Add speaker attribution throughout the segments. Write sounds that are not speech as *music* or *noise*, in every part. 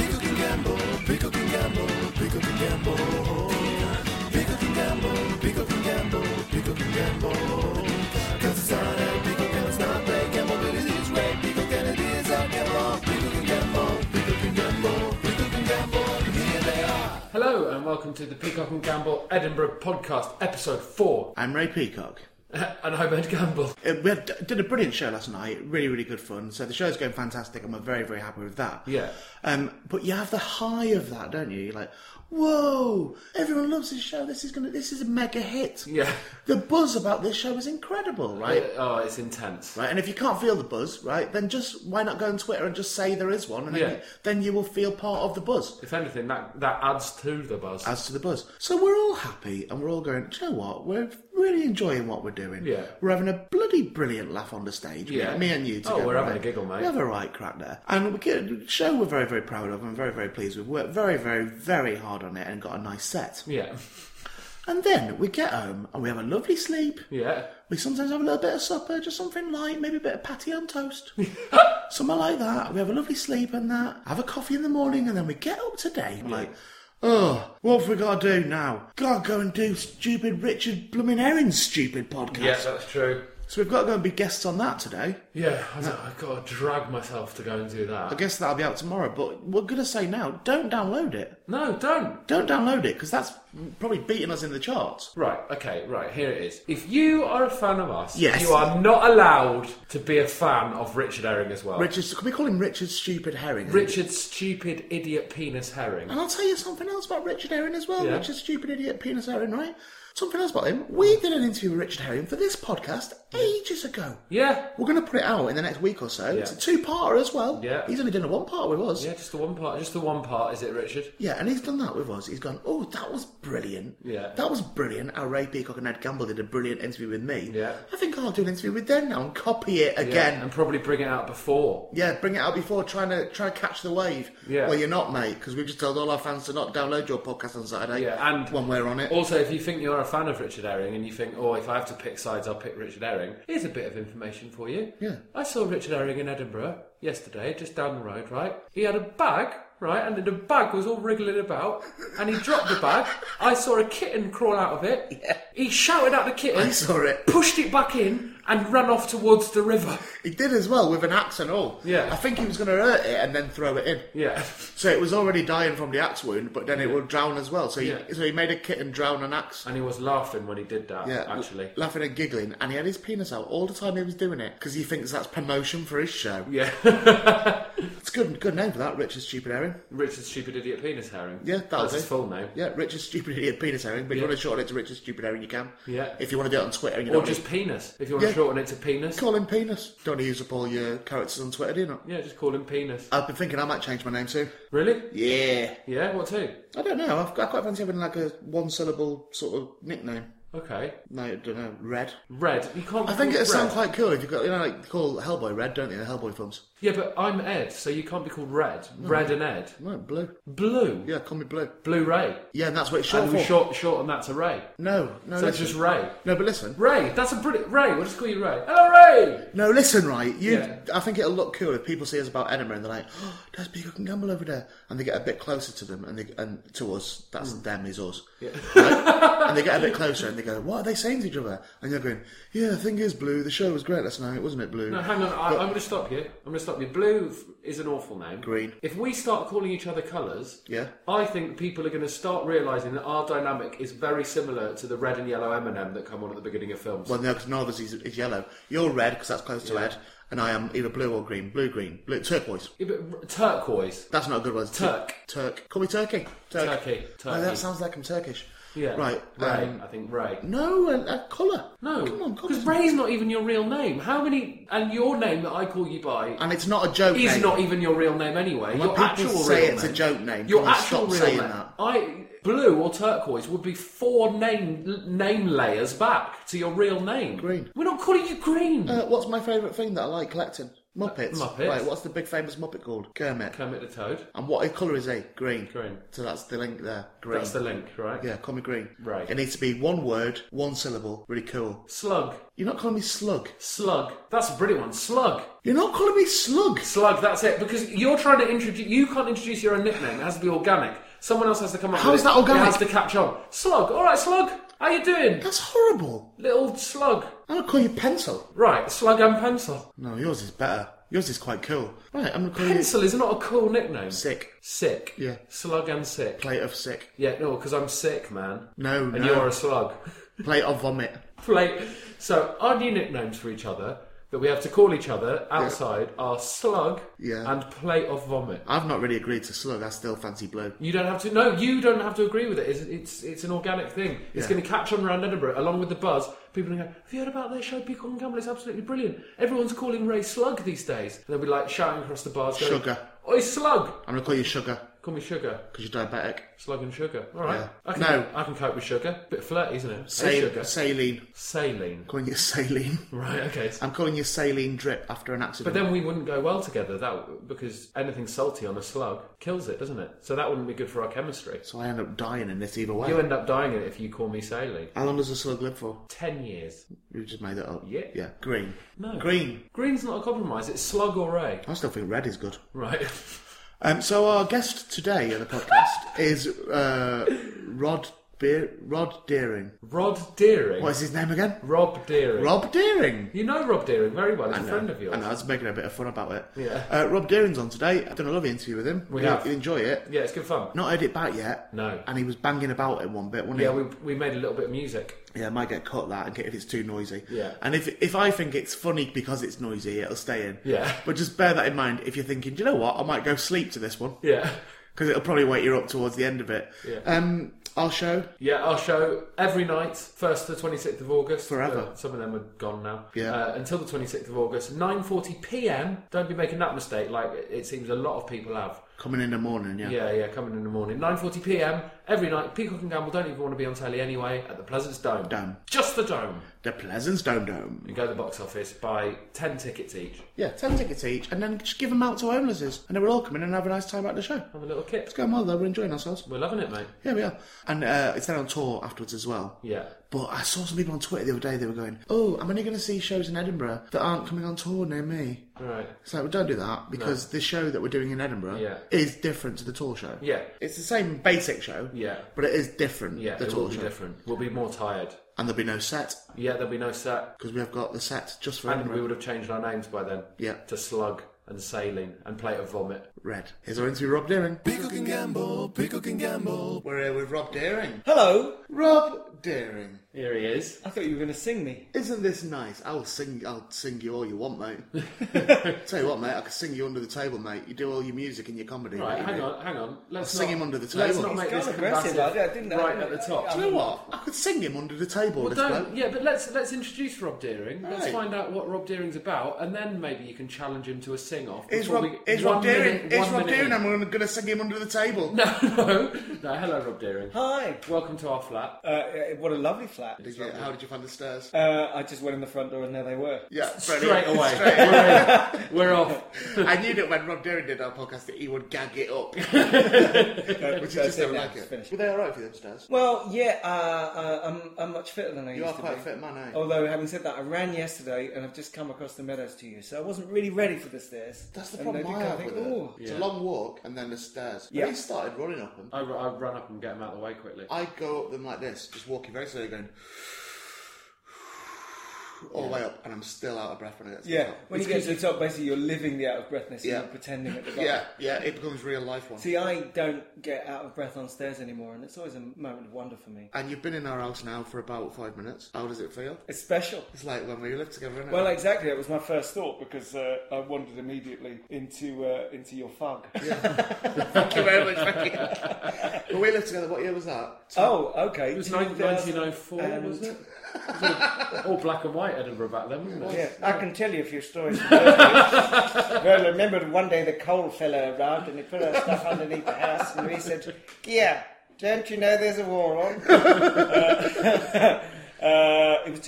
Speaker 1: gamble, pick up and gamble, pick up and gamble. Pick up and gamble, pick up and gamble, pick up and gamble. Cause it's not a pick up and it's not a gamble, but it is way. Pick up and it is a gamble, pick up and gamble, pick up and gamble, pick up and gamble. Here they are.
Speaker 2: Hello and welcome to the Peacock and Gamble Edinburgh podcast, episode four. *laughs*
Speaker 3: I'm Ray Peacock.
Speaker 2: and I'm Ed Gamble.
Speaker 3: Uh, We had, did a brilliant show last night. Really, really good fun. So the show's going fantastic, and we're very, very happy with that.
Speaker 2: Yeah.
Speaker 3: Um, but you have the high of that, don't you? You're like, whoa! Everyone loves this show. This is gonna. This is a mega hit.
Speaker 2: Yeah.
Speaker 3: The buzz about this show is incredible, right?
Speaker 2: Oh, it's intense.
Speaker 3: Right. And if you can't feel the buzz, right, then just why not go on Twitter and just say there is one, and then,
Speaker 2: Yeah.
Speaker 3: you, then you will feel part of the buzz.
Speaker 2: If anything, that, that adds to the buzz.
Speaker 3: As to the buzz, so we're all happy and we're all going. Do you know what? We're really enjoying what we're doing.
Speaker 2: Yeah.
Speaker 3: we're having a bloody brilliant laugh on the stage. Me-
Speaker 2: Yeah.
Speaker 3: me and you
Speaker 2: Oh,
Speaker 3: together.
Speaker 2: we're having
Speaker 3: right?
Speaker 2: a giggle, mate.
Speaker 3: We have a right crack there, and we get a show we're very, very proud of and very, very pleased. We've worked very, very, very hard on it and got a nice set.
Speaker 2: yeah.
Speaker 3: And then we get home and we have a lovely sleep.
Speaker 2: Yeah.
Speaker 3: We sometimes have a little bit of supper, just something light, maybe a bit of patty on toast, something like that. We have a lovely sleep and that. Have a coffee in the morning, and then we get up today. We're like, oh, what have we got to do now? Got to go and do stupid Richard Blooming Herring's stupid podcast.
Speaker 2: Yeah, that's true.
Speaker 3: So we've got to go and be guests on that today.
Speaker 2: Yeah, I don't- I've got to drag myself to go and do
Speaker 3: I
Speaker 2: that.
Speaker 3: guess that'll be out tomorrow, but we're going to say now, don't download it.
Speaker 2: No, don't.
Speaker 3: Don't download it, because that's probably beating us in the charts.
Speaker 2: Right, okay, right, here it is. If you are a fan of us,
Speaker 3: Yes.
Speaker 2: you are not allowed to be a fan of Richard Herring as well.
Speaker 3: Richard's, can we call him Richard Stupid Herring?
Speaker 2: Richard Stupid Idiot Penis Herring.
Speaker 3: And I'll tell you something else about Richard Herring as well.
Speaker 2: Yeah.
Speaker 3: Richard Stupid Idiot Penis Herring, right? Something else about him. We did an interview with Richard Herring for this podcast ages ago.
Speaker 2: Yeah.
Speaker 3: We're going to put it out in the next week or so. It's a two-parter as well.
Speaker 2: Yeah.
Speaker 3: He's only done a one-part with us.
Speaker 2: Yeah, just the one part. Just the one part, is it, Richard?
Speaker 3: Yeah, and he's done that with us. He's gone, oh, that was brilliant.
Speaker 2: Yeah.
Speaker 3: That was brilliant. How Ray Peacock and Ed Gamble did a brilliant interview with me.
Speaker 2: Yeah.
Speaker 3: I think I'll do an interview with them now and copy it
Speaker 2: Yeah,
Speaker 3: again.
Speaker 2: and probably bring it out before.
Speaker 3: Yeah, bring it out before trying to try to catch the wave.
Speaker 2: Yeah.
Speaker 3: Well, you're not, mate, because we've just told all our fans to not download your podcast on Saturday.
Speaker 2: Yeah, and-
Speaker 3: when we're on it.
Speaker 2: Also, if you think you're a fan of Richard Herring and you think, oh, if I have to pick sides, I'll pick Richard Herring, here's a bit of information for you.
Speaker 3: Yeah.
Speaker 2: I saw Richard Herring in Edinburgh yesterday, just down the road, right? He had a bag, right? And the bag was all wriggling about, and he dropped the bag. I saw a kitten crawl out of it. Yeah. He shouted at the kitten.
Speaker 3: I saw it.
Speaker 2: Pushed it back in and ran off towards the river.
Speaker 3: He did as well with an axe and all.
Speaker 2: Yeah.
Speaker 3: I think he was going to hurt it and then throw it in.
Speaker 2: Yeah.
Speaker 3: So it was already dying from the axe wound, but then it would drown as well. So he,
Speaker 2: Yeah.
Speaker 3: so he made a kitten drown an axe.
Speaker 2: And he was laughing when he did that,
Speaker 3: Yeah,
Speaker 2: actually.
Speaker 3: l- laughing and giggling, and he had his penis out all the time he was doing it because he thinks that's promotion for his show.
Speaker 2: Yeah.
Speaker 3: *laughs* It's good, good name for that, Richard Stupid Herring.
Speaker 2: Richard Stupid Idiot Penis Herring.
Speaker 3: Yeah, that'll
Speaker 2: That's
Speaker 3: do.
Speaker 2: his full name.
Speaker 3: Yeah, Richard Stupid Idiot Penis Herring. But if you
Speaker 2: Yeah.
Speaker 3: want to shorten it to Richard Stupid Herring, you can.
Speaker 2: Yeah.
Speaker 3: If you want to do it on Twitter, you
Speaker 2: Or
Speaker 3: know,
Speaker 2: just penis. If you want
Speaker 3: Yeah.
Speaker 2: to shorten it to penis.
Speaker 3: call him penis. Don't use up all your characters on Twitter, do you not?
Speaker 2: Yeah, just call him penis.
Speaker 3: I've been thinking I might change my name soon.
Speaker 2: Really?
Speaker 3: Yeah.
Speaker 2: Yeah, what too?
Speaker 3: I don't know. I've, I quite fancy having like a one-syllable sort of nickname.
Speaker 2: Okay.
Speaker 3: No, I don't know. Red.
Speaker 2: Red. You can't.
Speaker 3: I think
Speaker 2: be
Speaker 3: it
Speaker 2: called Red.
Speaker 3: sounds quite cool if you got you know like they call Hellboy Red, don't they? The Hellboy films.
Speaker 2: Yeah, but I'm Ed, so you can't be called Red. Red and Ed.
Speaker 3: No, blue.
Speaker 2: Blue.
Speaker 3: Hmm. Yeah, call me blue.
Speaker 2: Blue Ray.
Speaker 3: Yeah, and that's what it's short
Speaker 2: And
Speaker 3: for.
Speaker 2: we short shorten that to Ray.
Speaker 3: No, no.
Speaker 2: So it's
Speaker 3: listen.
Speaker 2: just Ray.
Speaker 3: No, but listen.
Speaker 2: Ray. That's a brilliant Ray. We'll just call you Ray. Hello, Ray.
Speaker 3: No, listen. Right, you.
Speaker 2: Yeah.
Speaker 3: I think it'll look cool if people see us about Edinburgh and they're like, oh, "There's Peacock and Gamble over there," and they get a bit closer to them and they and to us. That's
Speaker 2: Hmm.
Speaker 3: them is us. Right? and
Speaker 2: *laughs*
Speaker 3: they get a bit closer and they go, "What are they saying to each other?" And you're going, "Yeah, the thing is, Blue. The show was great last night, wasn't it, Blue?"
Speaker 2: No, hang on. I, I'm going to stop you. I'm going to stop you. Blue f- is an awful name.
Speaker 3: Green.
Speaker 2: If we start calling each other colours,
Speaker 3: Yeah.
Speaker 2: I think people are going to start realising that our dynamic is very similar to the red and yellow M&M that come on at the beginning of films.
Speaker 3: Well, no, because none of us is, is yellow. You're red because that's close to red, and I am either blue or green. Blue, green, blue, turquoise.
Speaker 2: Yeah, but r- turquoise.
Speaker 3: That's not a good one. Tur-
Speaker 2: Turk.
Speaker 3: Turk. Call me Turkey. Turk.
Speaker 2: Turkey.
Speaker 3: Oh,
Speaker 2: Turkey.
Speaker 3: that sounds like I'm Turkish.
Speaker 2: Yeah.
Speaker 3: Right.
Speaker 2: Ray.
Speaker 3: Um,
Speaker 2: I think Ray.
Speaker 3: no, a, a colour.
Speaker 2: No.
Speaker 3: Come on,
Speaker 2: Because
Speaker 3: come on.
Speaker 2: Ray's not even your real name. How many. And your name that I call you by
Speaker 3: And it's not a joke
Speaker 2: is
Speaker 3: name.
Speaker 2: not even your real name anyway.
Speaker 3: When
Speaker 2: your
Speaker 3: people
Speaker 2: actual
Speaker 3: say
Speaker 2: real
Speaker 3: it's
Speaker 2: name.
Speaker 3: a joke name,
Speaker 2: Your
Speaker 3: can we
Speaker 2: actual
Speaker 3: stop
Speaker 2: real
Speaker 3: saying
Speaker 2: name.
Speaker 3: that?
Speaker 2: I. Blue or turquoise would be four name l- name layers back to your real name.
Speaker 3: Green.
Speaker 2: We're not calling you green.
Speaker 3: Uh, what's my favourite thing that I like collecting? Muppets.
Speaker 2: Muppets.
Speaker 3: Right, what's the big famous Muppet called? Kermit.
Speaker 2: Kermit the Toad.
Speaker 3: and what colour is he? Green.
Speaker 2: Green.
Speaker 3: So that's the link there. Green.
Speaker 2: That's the link, right?
Speaker 3: Yeah, call me green.
Speaker 2: Right.
Speaker 3: It needs to be one word, one syllable. Really cool.
Speaker 2: Slug.
Speaker 3: You're not calling me slug.
Speaker 2: Slug. That's a brilliant one. Slug.
Speaker 3: You're not calling me slug.
Speaker 2: Slug, that's it. Because you're trying to introduce, you can't introduce your own nickname. It has to be organic. Someone else has to come up
Speaker 3: How
Speaker 2: with
Speaker 3: is
Speaker 2: it.
Speaker 3: that organic?
Speaker 2: It has to catch on. Slug. All right, Slug. How you doing?
Speaker 3: That's horrible.
Speaker 2: Little slug.
Speaker 3: I'm gonna call you pencil.
Speaker 2: Right, slug and pencil.
Speaker 3: No, yours is better. Yours is quite cool. Right, I'm gonna call
Speaker 2: Pencil is not a cool nickname.
Speaker 3: you sick.
Speaker 2: Sick.
Speaker 3: Yeah.
Speaker 2: Slug and sick.
Speaker 3: Plate of sick.
Speaker 2: Yeah, no, because I'm sick, man.
Speaker 3: No,
Speaker 2: And
Speaker 3: no.
Speaker 2: you're a slug. *laughs*
Speaker 3: Plate of vomit.
Speaker 2: Plate. So our new nicknames for each other that we have to call each other outside are slug
Speaker 3: Yeah.
Speaker 2: and plate of vomit.
Speaker 3: I've not really agreed to slug. I still fancy blue.
Speaker 2: You don't have to. No, you don't have to agree with it. It's it's, it's an organic thing. It's
Speaker 3: Yeah.
Speaker 2: going to catch on around Edinburgh along with the buzz. People are going, "Have you heard about their show, Peacock and Gamble? It's absolutely brilliant. Everyone's calling Ray Slug these days." And they'll be like shouting across the bars, going,
Speaker 3: Sugar.
Speaker 2: Oi, Slug!
Speaker 3: I'm gonna call you sugar
Speaker 2: Call me Sugar.
Speaker 3: because you're diabetic.
Speaker 2: Slug and Sugar. All right.
Speaker 3: Yeah.
Speaker 2: I can,
Speaker 3: No.
Speaker 2: I can cope with Sugar. Bit flirty, isn't it? Hey,
Speaker 3: Sal-
Speaker 2: Sugar.
Speaker 3: saline.
Speaker 2: Saline.
Speaker 3: calling you *laughs* saline.
Speaker 2: Right.
Speaker 3: *laughs*
Speaker 2: Okay.
Speaker 3: I'm calling you saline drip after an
Speaker 2: But
Speaker 3: accident.
Speaker 2: then we wouldn't go well together, that because anything salty on a slug kills it, doesn't it? So that wouldn't be good for our chemistry.
Speaker 3: so I end up dying in this either way.
Speaker 2: You end up dying in it if you call me saline.
Speaker 3: How long does a slug live for?
Speaker 2: Ten years.
Speaker 3: You just made that up.
Speaker 2: Yeah.
Speaker 3: Yeah. Green.
Speaker 2: No.
Speaker 3: Green.
Speaker 2: Green's not a compromise. It's slug or ray.
Speaker 3: I still think red is good.
Speaker 2: Right. *laughs*
Speaker 3: Um, so our guest today on the podcast is uh, Rod Be- Rod Deering.
Speaker 2: Rod Deering.
Speaker 3: What is his name again?
Speaker 2: Rob Deering.
Speaker 3: Rob Deering.
Speaker 2: You know Rob Deering very well. He's a friend of
Speaker 3: I
Speaker 2: yours.
Speaker 3: know, I was making a bit of fun about it.
Speaker 2: Yeah.
Speaker 3: Uh, Rob Deering's on today. I've done a lovely interview with him.
Speaker 2: We
Speaker 3: You-
Speaker 2: have.
Speaker 3: You enjoy it.
Speaker 2: Yeah, it's good fun.
Speaker 3: Not heard it back yet.
Speaker 2: No.
Speaker 3: And he was banging about it one bit, wasn't
Speaker 2: Yeah,
Speaker 3: he?
Speaker 2: we, we made a little bit of music.
Speaker 3: Yeah, I might get cut that and get, if it's too noisy.
Speaker 2: Yeah.
Speaker 3: And if if I think it's funny because it's noisy, it'll stay in.
Speaker 2: Yeah.
Speaker 3: But just bear that in mind if you're thinking, do you know what? I might go sleep to this one
Speaker 2: Yeah.
Speaker 3: because it'll probably wake you up towards the end of it.
Speaker 2: Yeah.
Speaker 3: Um, our show.
Speaker 2: Yeah, our show every night, 1st to 26th of August.
Speaker 3: Forever.
Speaker 2: Uh, some of them are gone now.
Speaker 3: Yeah.
Speaker 2: Uh, until the 26th of August, 9.40pm. Don't be making that mistake like it- it seems a lot of people have.
Speaker 3: Coming in the morning, yeah.
Speaker 2: Yeah, yeah, coming in the morning. 9.40pm every night. Peacock and Gamble don't even want to be on telly anyway at the Pleasance Dome.
Speaker 3: Dome.
Speaker 2: Just the Dome.
Speaker 3: The Pleasance Dome Dome.
Speaker 2: You go to the box office, buy 10 tickets each.
Speaker 3: Yeah, 10 tickets each, and then just give them out to homelesses, and they will all come in and have a nice time at the show.
Speaker 2: Have a little kit.
Speaker 3: It's going well, though, we're enjoying ourselves.
Speaker 2: We're loving it, mate.
Speaker 3: Yeah, we are. And uh, it's then on tour afterwards as well.
Speaker 2: Yeah.
Speaker 3: But I saw some people on Twitter the other day, they were going, Oh, I'm only going to see shows in Edinburgh that aren't coming on tour near me.
Speaker 2: All right.
Speaker 3: It's like, well, don't do that because the show that we're doing in Edinburgh
Speaker 2: Yeah.
Speaker 3: is different to the tour show.
Speaker 2: Yeah.
Speaker 3: It's the same basic show,
Speaker 2: Yeah.
Speaker 3: but it is different.
Speaker 2: Yeah,
Speaker 3: the
Speaker 2: it
Speaker 3: tour
Speaker 2: will be
Speaker 3: show,
Speaker 2: different. We'll be more tired.
Speaker 3: and there'll be no set
Speaker 2: Yeah, there'll be no set.
Speaker 3: because we have got the set just for
Speaker 2: And
Speaker 3: Edinburgh.
Speaker 2: we would have changed our names by then.
Speaker 3: Yeah.
Speaker 2: To slug and saline and plate of vomit.
Speaker 3: Red. Here's our interview, Rob Deering.
Speaker 1: Peacock and Gamble, Peacock and Gamble.
Speaker 3: We're here with Rob Deering.
Speaker 4: Hello.
Speaker 3: Rob Deering,
Speaker 2: Here he is.
Speaker 4: I thought you were going to sing me.
Speaker 3: isn't this nice? I'll sing. I'll sing you all you want,
Speaker 2: *laughs*
Speaker 3: mate. Tell you what, mate, I could sing you under the table, mate. You do all your music and your comedy.
Speaker 2: Right,
Speaker 3: mate,
Speaker 2: hang
Speaker 3: mate.
Speaker 2: on, hang on. Let's
Speaker 3: I'll sing
Speaker 2: not-
Speaker 3: him under the
Speaker 2: Let's
Speaker 3: table.
Speaker 2: not make
Speaker 4: He's
Speaker 2: this
Speaker 4: gone aggressive.
Speaker 2: combative
Speaker 4: I didn't- I
Speaker 2: right
Speaker 4: didn't-
Speaker 2: at the
Speaker 4: I-
Speaker 2: top.
Speaker 3: Do you know what? I could sing him under the table.
Speaker 2: Well,
Speaker 3: this bloke.
Speaker 2: don't, yeah, but let's let's introduce Rob Deering. Let's
Speaker 3: Right.
Speaker 2: find out what Rob Deering's about, and then maybe you can challenge him to a sing-off.
Speaker 3: Is
Speaker 2: before
Speaker 3: Rob,
Speaker 2: we-
Speaker 3: is
Speaker 2: one
Speaker 3: Rob Deering?
Speaker 2: minute-
Speaker 3: Is
Speaker 2: one
Speaker 3: Rob
Speaker 2: minute
Speaker 3: Deering?
Speaker 2: in.
Speaker 3: I'm going to sing him under the table.
Speaker 2: No, *laughs* no, no. Hello, Rob Deering.
Speaker 4: Hi.
Speaker 2: Welcome to our flat.
Speaker 4: Uh, Uh, what a lovely flat.
Speaker 3: Did you, how did you find
Speaker 2: *laughs*
Speaker 3: the stairs?
Speaker 4: Uh, I just went in the front door and there they were.
Speaker 3: Yeah,
Speaker 2: Straight
Speaker 3: brilliant.
Speaker 2: away,
Speaker 3: Straight away.
Speaker 2: we're in. We're off.
Speaker 3: *laughs* I knew that when Rob Deering did our podcast that he would gag it up. *laughs* Which you just
Speaker 4: That's it
Speaker 3: don't
Speaker 4: now,
Speaker 3: like
Speaker 4: it's
Speaker 3: it.
Speaker 4: finished.
Speaker 3: Were they alright for you upstairs?
Speaker 4: Well, yeah, uh, uh, I'm, I'm much fitter than I
Speaker 3: You
Speaker 4: used
Speaker 3: are
Speaker 4: to
Speaker 3: quite
Speaker 4: be. Oh,
Speaker 3: a fit man, eh?
Speaker 4: Although, having said that, I ran yesterday and I've just come across the meadows to you, so I wasn't really ready for the stairs.
Speaker 3: That's the
Speaker 4: And
Speaker 3: problem
Speaker 4: did
Speaker 3: I
Speaker 4: come,
Speaker 3: have
Speaker 4: think, oh.
Speaker 3: with it.
Speaker 4: "Ooh."
Speaker 3: It's a
Speaker 2: Yeah.
Speaker 3: long walk and then the stairs.
Speaker 4: Yeah.
Speaker 3: When he started running up them,
Speaker 2: I, ru- I run up and get him out of the way quickly.
Speaker 3: I go up them like this, just walking very slowly, going *sighs* all the way up, and I'm still out of breath when I get to
Speaker 4: Yeah,
Speaker 3: the top.
Speaker 4: when you get to the top, basically you're living the out of breathness
Speaker 3: Yeah.
Speaker 4: and you're pretending
Speaker 3: *laughs*
Speaker 4: at the bottom.
Speaker 3: Yeah, yeah, it becomes real life one.
Speaker 4: See, I don't get out of breath on stairs anymore, and it's always a moment of wonder for me.
Speaker 3: And you've been in our house now for about five minutes. How does it feel?
Speaker 4: It's special.
Speaker 3: It's like when we lived together, innit?
Speaker 4: Well, exactly. That was my first thought because uh, I wandered immediately into uh, into your fog.
Speaker 3: *laughs* Thank you very much, thank you. when we *laughs* lived together, what year was that?
Speaker 4: oh, okay.
Speaker 2: It was 1904, was it? It was all black and white Edinburgh back then, wasn't it?
Speaker 4: Yeah, I can tell you a few
Speaker 2: *laughs*
Speaker 4: stories. from those days. well, I remember one day the coal fella arrived and he put our stuff underneath the house and he said, "Yeah, don't you know there's a war on?" *laughs* Uh, Uh, it was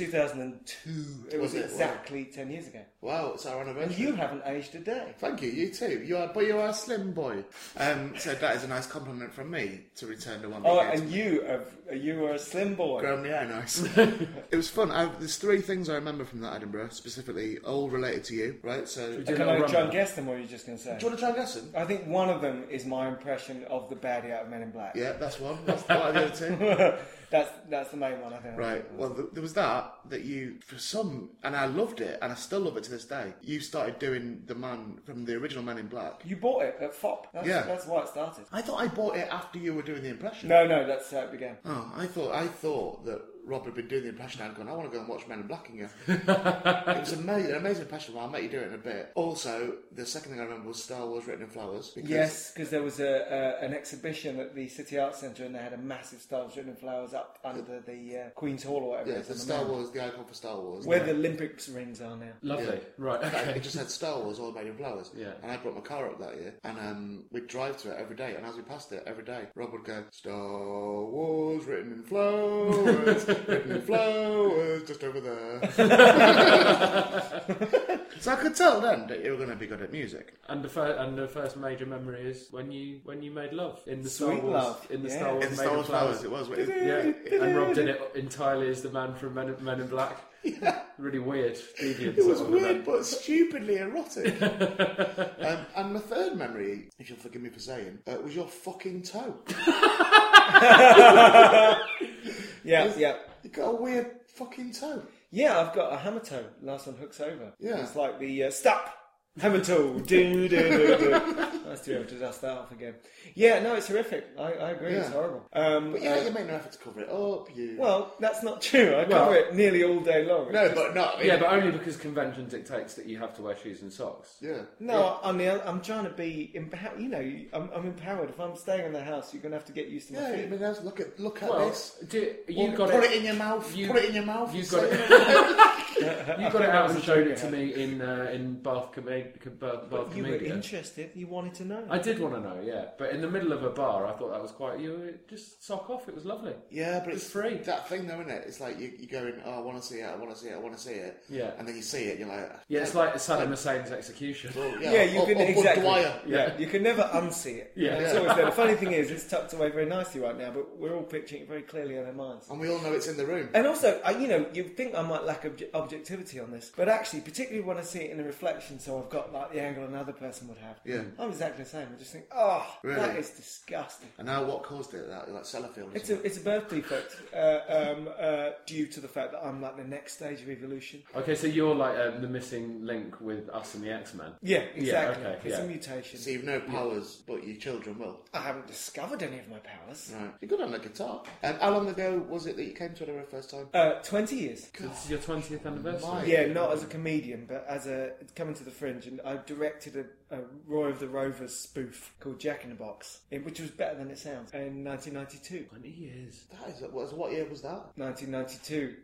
Speaker 4: 2002. It was,
Speaker 3: it?
Speaker 4: exactly 10 years ago.
Speaker 3: Wow, it's our anniversary.
Speaker 4: And you haven't aged a day.
Speaker 3: Thank you, you too. You are, but you are a slim boy. Um, so that is a nice compliment from me to return to one. that
Speaker 4: Oh,
Speaker 3: you-
Speaker 4: and you have, you were a slim boy.
Speaker 3: Grown me out *laughs* nice. it was fun. I, there's three things I remember from that Edinburgh, specifically, all related to you, right? So, do Oh.
Speaker 4: Can I try and guess them, or are you just going to say?
Speaker 3: you want to try and guess them?
Speaker 4: I think one of them is my impression of the baddie out of Men in Black.
Speaker 3: Yeah, that's one. That's what are the other two. *laughs*
Speaker 4: That's that's the main one, I think.
Speaker 3: Right. Well, th- there was that that you, for some, and I loved it, and I still love it to this day. You started doing the man from the original Man in Black.
Speaker 4: You bought it at FOP. That's,
Speaker 3: Yeah.
Speaker 4: That's why it started.
Speaker 3: I thought I bought it after you were doing the impression.
Speaker 4: No, no, that's how it began.
Speaker 3: Oh, I thought I thought that Rob had been doing the impression. I'd gone. I want to go and watch Men in
Speaker 4: *laughs*
Speaker 3: Black again. it was amazing, an amazing impression. Well, I'll make you do it in a bit. Also, the second thing I remember was Star Wars written in flowers. Because
Speaker 4: Yes, because there was a, a an exhibition at the City Arts Centre, and they had a massive Star Wars written in flowers up under the uh, Queen's Hall or whatever.
Speaker 3: Yeah,
Speaker 4: it is
Speaker 3: the
Speaker 4: on the
Speaker 3: Star
Speaker 4: mound.
Speaker 3: Wars, the icon for Star Wars.
Speaker 4: Where the Olympics rings are now.
Speaker 2: Lovely.
Speaker 3: Yeah.
Speaker 2: Right.
Speaker 3: Like,
Speaker 2: Okay.
Speaker 3: it just had Star Wars all made in flowers.
Speaker 2: Yeah.
Speaker 3: And I brought my car up that year, and um, we'd drive to it every day. And as we passed it every day, Rob would go, "Star Wars written in flowers, *laughs* written in flowers, just over *laughs* there." so I could tell then that you were going to be good at music.
Speaker 2: And the first and the first major memory is when you when you made love in the Star
Speaker 4: Sweet
Speaker 2: Wars
Speaker 4: love.
Speaker 2: in the
Speaker 4: Yeah.
Speaker 2: Star Wars
Speaker 3: In
Speaker 2: made
Speaker 3: Star Wars
Speaker 2: of flowers.
Speaker 3: flowers, it was. *laughs*
Speaker 2: Yeah, and Rob did it entirely as the man from Men, Men in Black. Really weird, deviant.
Speaker 3: It was
Speaker 2: sort of
Speaker 3: weird
Speaker 2: event.
Speaker 3: but stupidly *laughs* erotic. um, and my third memory, if you'll forgive me for saying, uh, was your fucking toe.
Speaker 4: Yeah, yeah.
Speaker 3: You got a weird fucking toe.
Speaker 4: Yeah, I've got a hammer toe, last one hooks over.
Speaker 3: Yeah.
Speaker 4: It's like the uh, stop hammer
Speaker 3: *laughs*
Speaker 4: toe. do, do, do, do. Nice to be able to dust that off again. Yeah, no, it's horrific. I, I agree, it's
Speaker 3: Yeah.
Speaker 4: horrible. Um,
Speaker 3: But yeah, you made no effort to cover it up. You
Speaker 4: well, that's not true. I
Speaker 2: Well-
Speaker 4: cover it nearly all day long.
Speaker 3: no, but not
Speaker 2: Yeah, but only because convention dictates that you have to wear shoes and socks.
Speaker 3: yeah.
Speaker 4: No, I mean, I'm trying to be empowered. You know, I'm, I'm empowered. If I'm staying in the house, you're going to have to get used to my
Speaker 3: Yeah, I
Speaker 4: feet.
Speaker 3: mean, that's- look at look at
Speaker 2: Well,
Speaker 3: this.
Speaker 2: do, you
Speaker 3: Well,
Speaker 2: got
Speaker 3: put
Speaker 2: it.
Speaker 3: it. in your mouth.
Speaker 2: you-
Speaker 3: put it in your mouth.
Speaker 2: you
Speaker 3: and
Speaker 2: got
Speaker 3: *laughs* say
Speaker 2: it. You got it out and showed it to
Speaker 4: *laughs*
Speaker 2: me in uh, in Bath, Com- Bath, Bath
Speaker 4: You were
Speaker 2: Comedia.
Speaker 4: interested. You wanted to know.
Speaker 2: I did want to know, yeah, but in the middle of a bar, I thought that was quite. You were- just sock off. It was lovely.
Speaker 3: Yeah, but it's,
Speaker 2: It's free.
Speaker 3: That thing though, isn't it? It's like you you going, oh, I want to see it, I want to see it, I want to see it.
Speaker 2: Yeah.
Speaker 3: And then you see it, you're like,
Speaker 2: Yeah, it's like Saddam Hussein's execution.
Speaker 3: oh,
Speaker 4: yeah, you
Speaker 3: or,
Speaker 4: can
Speaker 3: or Bud
Speaker 4: exactly.
Speaker 3: Dwyer.
Speaker 2: Yeah.
Speaker 4: Yeah, you can never unsee it.
Speaker 2: Yeah.
Speaker 4: it's always there. The funny thing is, it's tucked away very nicely right now, but we're all picturing it very clearly in our minds.
Speaker 3: And we all know it's in the room.
Speaker 4: And also, I, you know, you'd think I might lack obje- objectivity on this, but actually, particularly when I see it in a reflection, so I've got like the angle another person would have.
Speaker 3: Yeah.
Speaker 4: I'm exactly the same. I just think, oh, that
Speaker 3: Really?
Speaker 4: is disgusting.
Speaker 3: And now what caused it? That like Sellafield.
Speaker 4: It's a, it's a birth defect uh, um, uh, due to the fact that I'm like the next stage of evolution.
Speaker 2: Okay, so you're like um, the missing link with us and the X Men.
Speaker 4: Yeah, exactly.
Speaker 2: okay,
Speaker 4: it's
Speaker 2: yeah.
Speaker 4: a mutation.
Speaker 3: So you've no powers, but your children will.
Speaker 4: I haven't discovered any of my powers.
Speaker 3: Right. You're good on the guitar. Um, how long ago was it that you came to Edinburgh first time?
Speaker 4: Uh, 20 years.
Speaker 2: This is your twentieth anniversary.
Speaker 3: my.
Speaker 4: Yeah, not as a comedian, but as a coming to the fringe, and I directed a, a Roy of the Rovers spoof called Jack in the Box, in- which was better than it sounds, in 1992.
Speaker 2: Twenty years.
Speaker 3: That is was what year was that?
Speaker 4: 1992.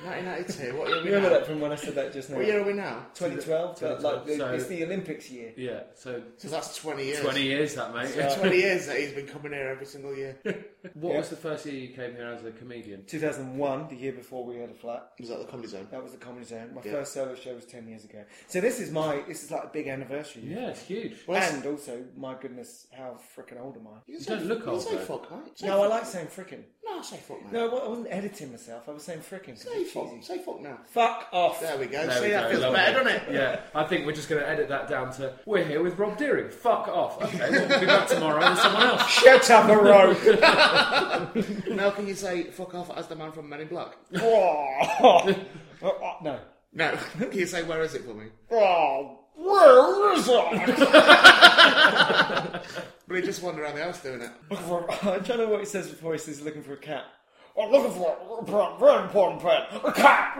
Speaker 3: 1992. What year *laughs* are we
Speaker 4: Remember
Speaker 3: now?
Speaker 4: that from when I said that just now?
Speaker 3: What year are we now?
Speaker 4: 2012. but, like,
Speaker 2: 2012,
Speaker 4: the-
Speaker 2: so-
Speaker 4: it's the Olympics year.
Speaker 2: Yeah, so
Speaker 3: So that's 20 years.
Speaker 2: twenty years that mate.
Speaker 3: It's 20 years that he's been coming here every single year.
Speaker 2: *laughs* What was the first year you came here as a comedian?
Speaker 4: 2001, the year before we had a flat.
Speaker 3: Was that the Comedy Zone?
Speaker 4: That was the Comedy Zone. My
Speaker 3: Yeah.
Speaker 4: first solo show was ten years ago. So this is my this is like a big anniversary.
Speaker 2: Yeah, it's huge.
Speaker 3: Well, that's-
Speaker 4: and also, my goodness, how frickin' old am I?
Speaker 3: You
Speaker 2: don't
Speaker 3: say-
Speaker 2: look
Speaker 3: you
Speaker 2: old,
Speaker 3: say
Speaker 2: though.
Speaker 3: fuck, mate. Say
Speaker 4: No, I
Speaker 3: fuck.
Speaker 4: like saying frickin'.
Speaker 3: No, say fuck, mate.
Speaker 4: No, I wa- I wasn't editing myself. I was saying frickin'. 'cause
Speaker 3: Say
Speaker 4: it's
Speaker 3: fuck.
Speaker 4: cheesy.
Speaker 3: Say fuck now.
Speaker 4: Fuck off.
Speaker 3: There we go.
Speaker 2: There
Speaker 3: See,
Speaker 2: we
Speaker 3: that
Speaker 2: go,
Speaker 3: feels
Speaker 2: lovely.
Speaker 3: better, doesn't it?
Speaker 2: Yeah, I think we're just going to edit that down to we're here with Rob Deering. Fuck off. Okay, we'll be back tomorrow with someone
Speaker 3: *laughs*
Speaker 2: else.
Speaker 4: Shut up, a *laughs* rogue.
Speaker 3: Now can you say fuck off as the man from Men in Black?
Speaker 4: Oh, oh, no.
Speaker 3: No. *laughs* Can you say where is it for me?
Speaker 4: Oh, where is it?
Speaker 3: But he just wandered around the house doing it.
Speaker 4: Looking for- *laughs* I'm trying to know what he says before he says looking for a cat. I'm looking for a for a very important pet, a *laughs* cat.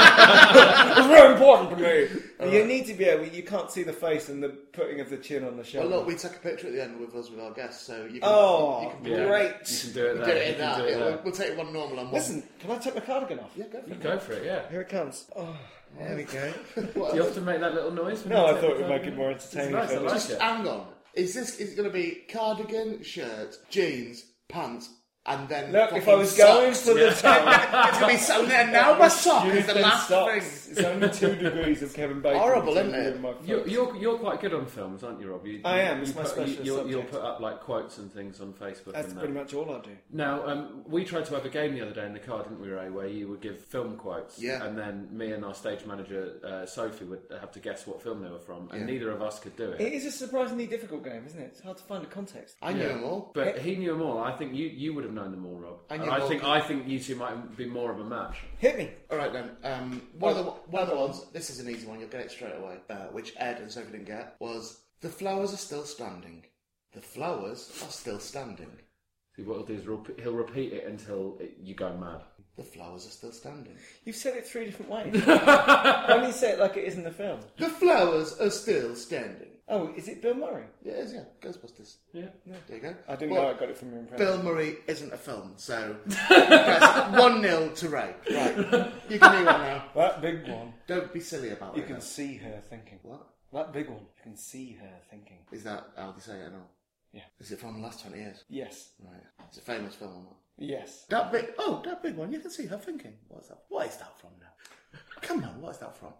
Speaker 4: it's very important to me. You need to be able. You can't see the face and the putting of the chin on the
Speaker 3: But
Speaker 4: shoulder.
Speaker 3: look, we took a picture at the end with us with our guests, so you can.
Speaker 4: oh,
Speaker 3: you can do
Speaker 2: Yeah,
Speaker 4: great!
Speaker 2: You can do it there.
Speaker 3: it
Speaker 2: you
Speaker 3: in
Speaker 2: can
Speaker 3: that.
Speaker 2: do it
Speaker 3: Yeah, we'll,
Speaker 2: there.
Speaker 3: we'll take one normal and one.
Speaker 4: Listen, can I take my cardigan off?
Speaker 3: Yeah, go for it.
Speaker 2: Go for it, yeah.
Speaker 4: Here it comes. Oh, there we *laughs* go.
Speaker 3: What-
Speaker 2: Do you have to make that little noise? when
Speaker 4: No,
Speaker 2: you
Speaker 4: I
Speaker 2: take
Speaker 4: thought
Speaker 2: the
Speaker 4: it would make
Speaker 2: phone?
Speaker 4: it more entertaining
Speaker 2: It's
Speaker 4: if it
Speaker 3: Ah.
Speaker 2: nice, I like it.
Speaker 3: Hang on. Is this is going to be cardigan, shirt, jeans, pants, And then
Speaker 4: Look, if I
Speaker 3: fucking
Speaker 4: was going
Speaker 3: socks. *laughs*
Speaker 4: to the town,
Speaker 3: it's gonna be so there now. My sock
Speaker 4: you'd have
Speaker 3: is the
Speaker 4: been
Speaker 3: last
Speaker 4: socks.
Speaker 3: thing.
Speaker 4: It's only two degrees of Kevin Bacon.
Speaker 3: Horrible,
Speaker 4: between
Speaker 3: isn't
Speaker 4: you
Speaker 3: it?
Speaker 4: and my phone.
Speaker 2: You're, you're, you're quite good on films, aren't you, Rob? You,
Speaker 4: I am,
Speaker 2: you
Speaker 4: it's my
Speaker 2: put-
Speaker 4: specialist
Speaker 2: you, will you'll
Speaker 4: subject.
Speaker 2: put up like quotes and things on Facebook.
Speaker 4: That's
Speaker 2: and
Speaker 4: pretty
Speaker 2: that.
Speaker 4: much all I do.
Speaker 2: Now, um, we tried to have a game the other day in the car, didn't we, Ray? Where you would give film quotes,
Speaker 3: Yeah.
Speaker 2: and then me and our stage manager uh, Sophie would have to guess what film they were from, and
Speaker 3: Yeah.
Speaker 2: neither of us could do it.
Speaker 4: It is a surprisingly difficult game, isn't it? It's hard to find a context.
Speaker 3: I knew
Speaker 2: Yeah.
Speaker 3: them all.
Speaker 2: But he knew them all. I think you, you would have known them all, Rob.
Speaker 3: I
Speaker 2: I,
Speaker 3: knew
Speaker 2: I
Speaker 3: all
Speaker 2: think
Speaker 3: of
Speaker 2: I think you two might be more of a match.
Speaker 4: Hit me.
Speaker 3: All right then. Um, one of the one of the ones. This is an easy one. You'll get it straight away. Uh, which Ed and Sophie didn't get was the flowers are still standing. The flowers are still standing.
Speaker 2: See, what he'll do is rep- he'll repeat it until it, you go mad.
Speaker 3: The flowers are still standing.
Speaker 4: You've said it three different ways. *laughs* Why don't you say it like it is in the film?
Speaker 3: The flowers are still standing.
Speaker 4: Oh, is it Bill Murray?
Speaker 3: Yes, yeah, Ghostbusters.
Speaker 2: Yeah.
Speaker 3: There you go.
Speaker 4: I didn't
Speaker 3: Well,
Speaker 4: know I got it from your impression.
Speaker 3: Bill Murray isn't a film, so
Speaker 4: *laughs*
Speaker 3: one 0 to Ray. Right, you can hear one now.
Speaker 4: That big one.
Speaker 3: Don't be silly about
Speaker 4: You
Speaker 3: it.
Speaker 4: can
Speaker 3: though.
Speaker 4: see her thinking.
Speaker 3: What
Speaker 4: That big one. You can see her thinking.
Speaker 3: is that? How they say it and all?
Speaker 4: Yeah.
Speaker 3: Is it from the last twenty years?
Speaker 4: Yes.
Speaker 3: Right. It's a famous film or not?
Speaker 4: Yes. *laughs*
Speaker 3: That big, oh, that big one. You can see her thinking. What's that? What is that from now? Come on, what's that from?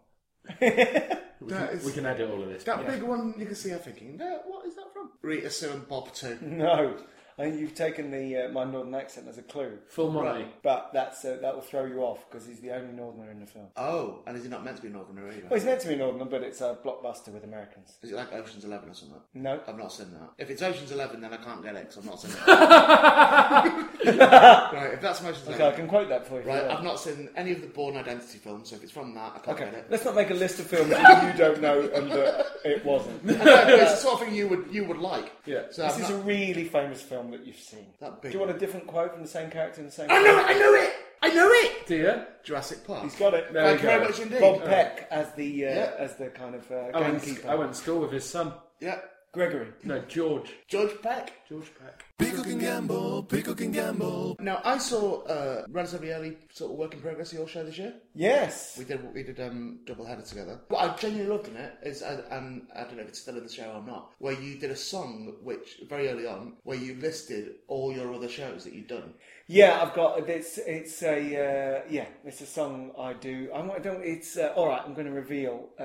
Speaker 3: that is,
Speaker 2: We can edit all of this.
Speaker 3: that big one. You can see her thinking. That, what is that from? Rita Sue and Bob
Speaker 4: Hmm.
Speaker 3: too.
Speaker 4: No. I think you've taken the uh, my northern accent as a clue,
Speaker 2: Full Monty.
Speaker 4: but that's uh, that will throw you off because he's the only northerner in the film.
Speaker 3: Oh, and is it not meant to be Northerner either?
Speaker 4: Well, he's meant to be northerner, but it's a blockbuster with Americans.
Speaker 3: Is it like Ocean's Eleven or something?
Speaker 4: No.
Speaker 3: I've not seen that. If it's Ocean's Eleven, then I can't get it 'cause I've not
Speaker 4: *laughs*
Speaker 3: seen it. right, if that's Ocean's
Speaker 4: Okay, I
Speaker 3: Eleven.
Speaker 4: can quote that for you. if you
Speaker 3: Right,
Speaker 4: like.
Speaker 3: I've not seen any of the Born Identity films, so if it's from that, I can't
Speaker 4: Okay,
Speaker 3: get it.
Speaker 4: let's not make a list of films that you don't know and
Speaker 3: *laughs*
Speaker 4: that it wasn't.
Speaker 3: No, but it's the sort of thing you would you would like.
Speaker 4: Yeah,
Speaker 3: So
Speaker 4: this
Speaker 3: I've
Speaker 4: is
Speaker 3: not-
Speaker 4: a really famous film that you've seen.
Speaker 3: That
Speaker 4: Do
Speaker 3: big
Speaker 4: you want a different quote from the same character in the same?
Speaker 3: I know it! I know it! I know it!
Speaker 2: Do you?
Speaker 3: Jurassic Park.
Speaker 4: He's got it. Uh,
Speaker 2: There we
Speaker 3: Thank you
Speaker 2: go.
Speaker 3: very much indeed.
Speaker 4: Bob Peck as the uh,
Speaker 3: Yeah.
Speaker 4: as the kind of uh,
Speaker 2: I went, to-
Speaker 4: gamekeeper.
Speaker 2: I went to school with his son.
Speaker 3: Yeah.
Speaker 4: Gregory.
Speaker 2: No, George.
Speaker 3: George Peck.
Speaker 2: George Peck.
Speaker 1: Pickle can gamble, pickle can gamble.
Speaker 3: Now I saw uh, relatively early sort of work in progress the All Show this year.
Speaker 4: Yes.
Speaker 3: We did we did um, double header together. What I genuinely loved in it is, uh, and I don't know if it's still in the show or not, where you did a song which very early on where you listed all your other shows that you'd done.
Speaker 4: Yeah, I've got it's it's a uh, yeah it's a song I do. I'm, I don't. It's uh, all right. I'm going to reveal uh,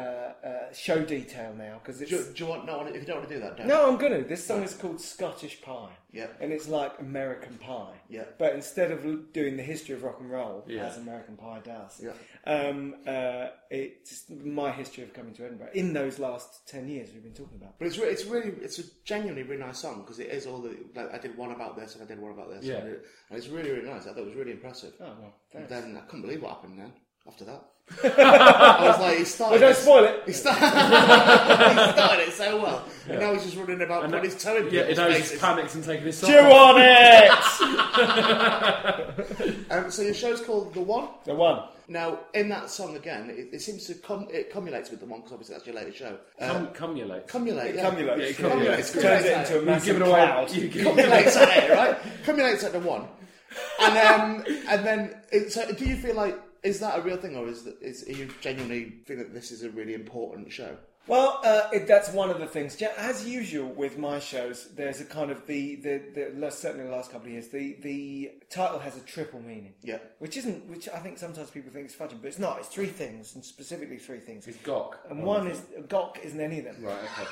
Speaker 4: uh, show detail now because it's
Speaker 3: Do, you- do you want no? If you don't want to do that, don't.
Speaker 4: No, I'm gonna. This song is called Scottish Pie.
Speaker 3: Yeah.
Speaker 4: And it's like American Pie.
Speaker 3: Yeah.
Speaker 4: But instead of l- doing the history of rock and roll
Speaker 2: Yeah.
Speaker 4: as American Pie does,
Speaker 3: Yeah.
Speaker 4: um, uh, it's my history of coming to Edinburgh in those last ten years we've been talking about.
Speaker 3: But it's, re- it's really, it's a genuinely really nice song because it is all the, like, I did one about this and I did one about this.
Speaker 2: Yeah.
Speaker 3: And, it- and it's really, really nice. I thought it was really impressive.
Speaker 4: Oh well, thanks.
Speaker 3: And then I couldn't believe what happened then after that. I was like, he started.
Speaker 4: Well, don't
Speaker 3: this-
Speaker 4: spoil it.
Speaker 3: He started, he started it so well. And now he's just running about putting his toe in
Speaker 2: Yeah,
Speaker 3: people's
Speaker 2: you know, he's
Speaker 3: faces.
Speaker 2: panicked and taking his
Speaker 4: Chew
Speaker 2: son.
Speaker 4: on
Speaker 3: *laughs*
Speaker 4: it.
Speaker 3: Um, so your show's called The One.
Speaker 4: the one.
Speaker 3: Now, in that song again, it, it seems to cum it cumulates with The One because obviously that's your latest show. Uh,
Speaker 2: Cum- cumulate.
Speaker 3: cumulate, yeah.
Speaker 4: Cumulates.
Speaker 2: Yeah, cumulates.
Speaker 4: Turns it into a
Speaker 2: You give
Speaker 4: massive
Speaker 2: it away.
Speaker 4: cloud.
Speaker 2: You give-
Speaker 4: *laughs*
Speaker 3: Cumulates at it, right? Cumulates at The One. And um, and then, it, so do you feel like, is that a real thing or is, that- is are you genuinely think that this is a really important show?
Speaker 4: Well, uh, it, that's one of the things. Ja- As usual with my shows, there's a kind of the, the, the last, certainly the last couple of years, the, the title has a triple meaning.
Speaker 3: Yeah.
Speaker 4: Which isn't, which I think sometimes people think is fudging, but it's not. It's three things, and specifically three things.
Speaker 2: It's Gok.
Speaker 4: And one is, Gok isn't any of them.
Speaker 2: Right, okay.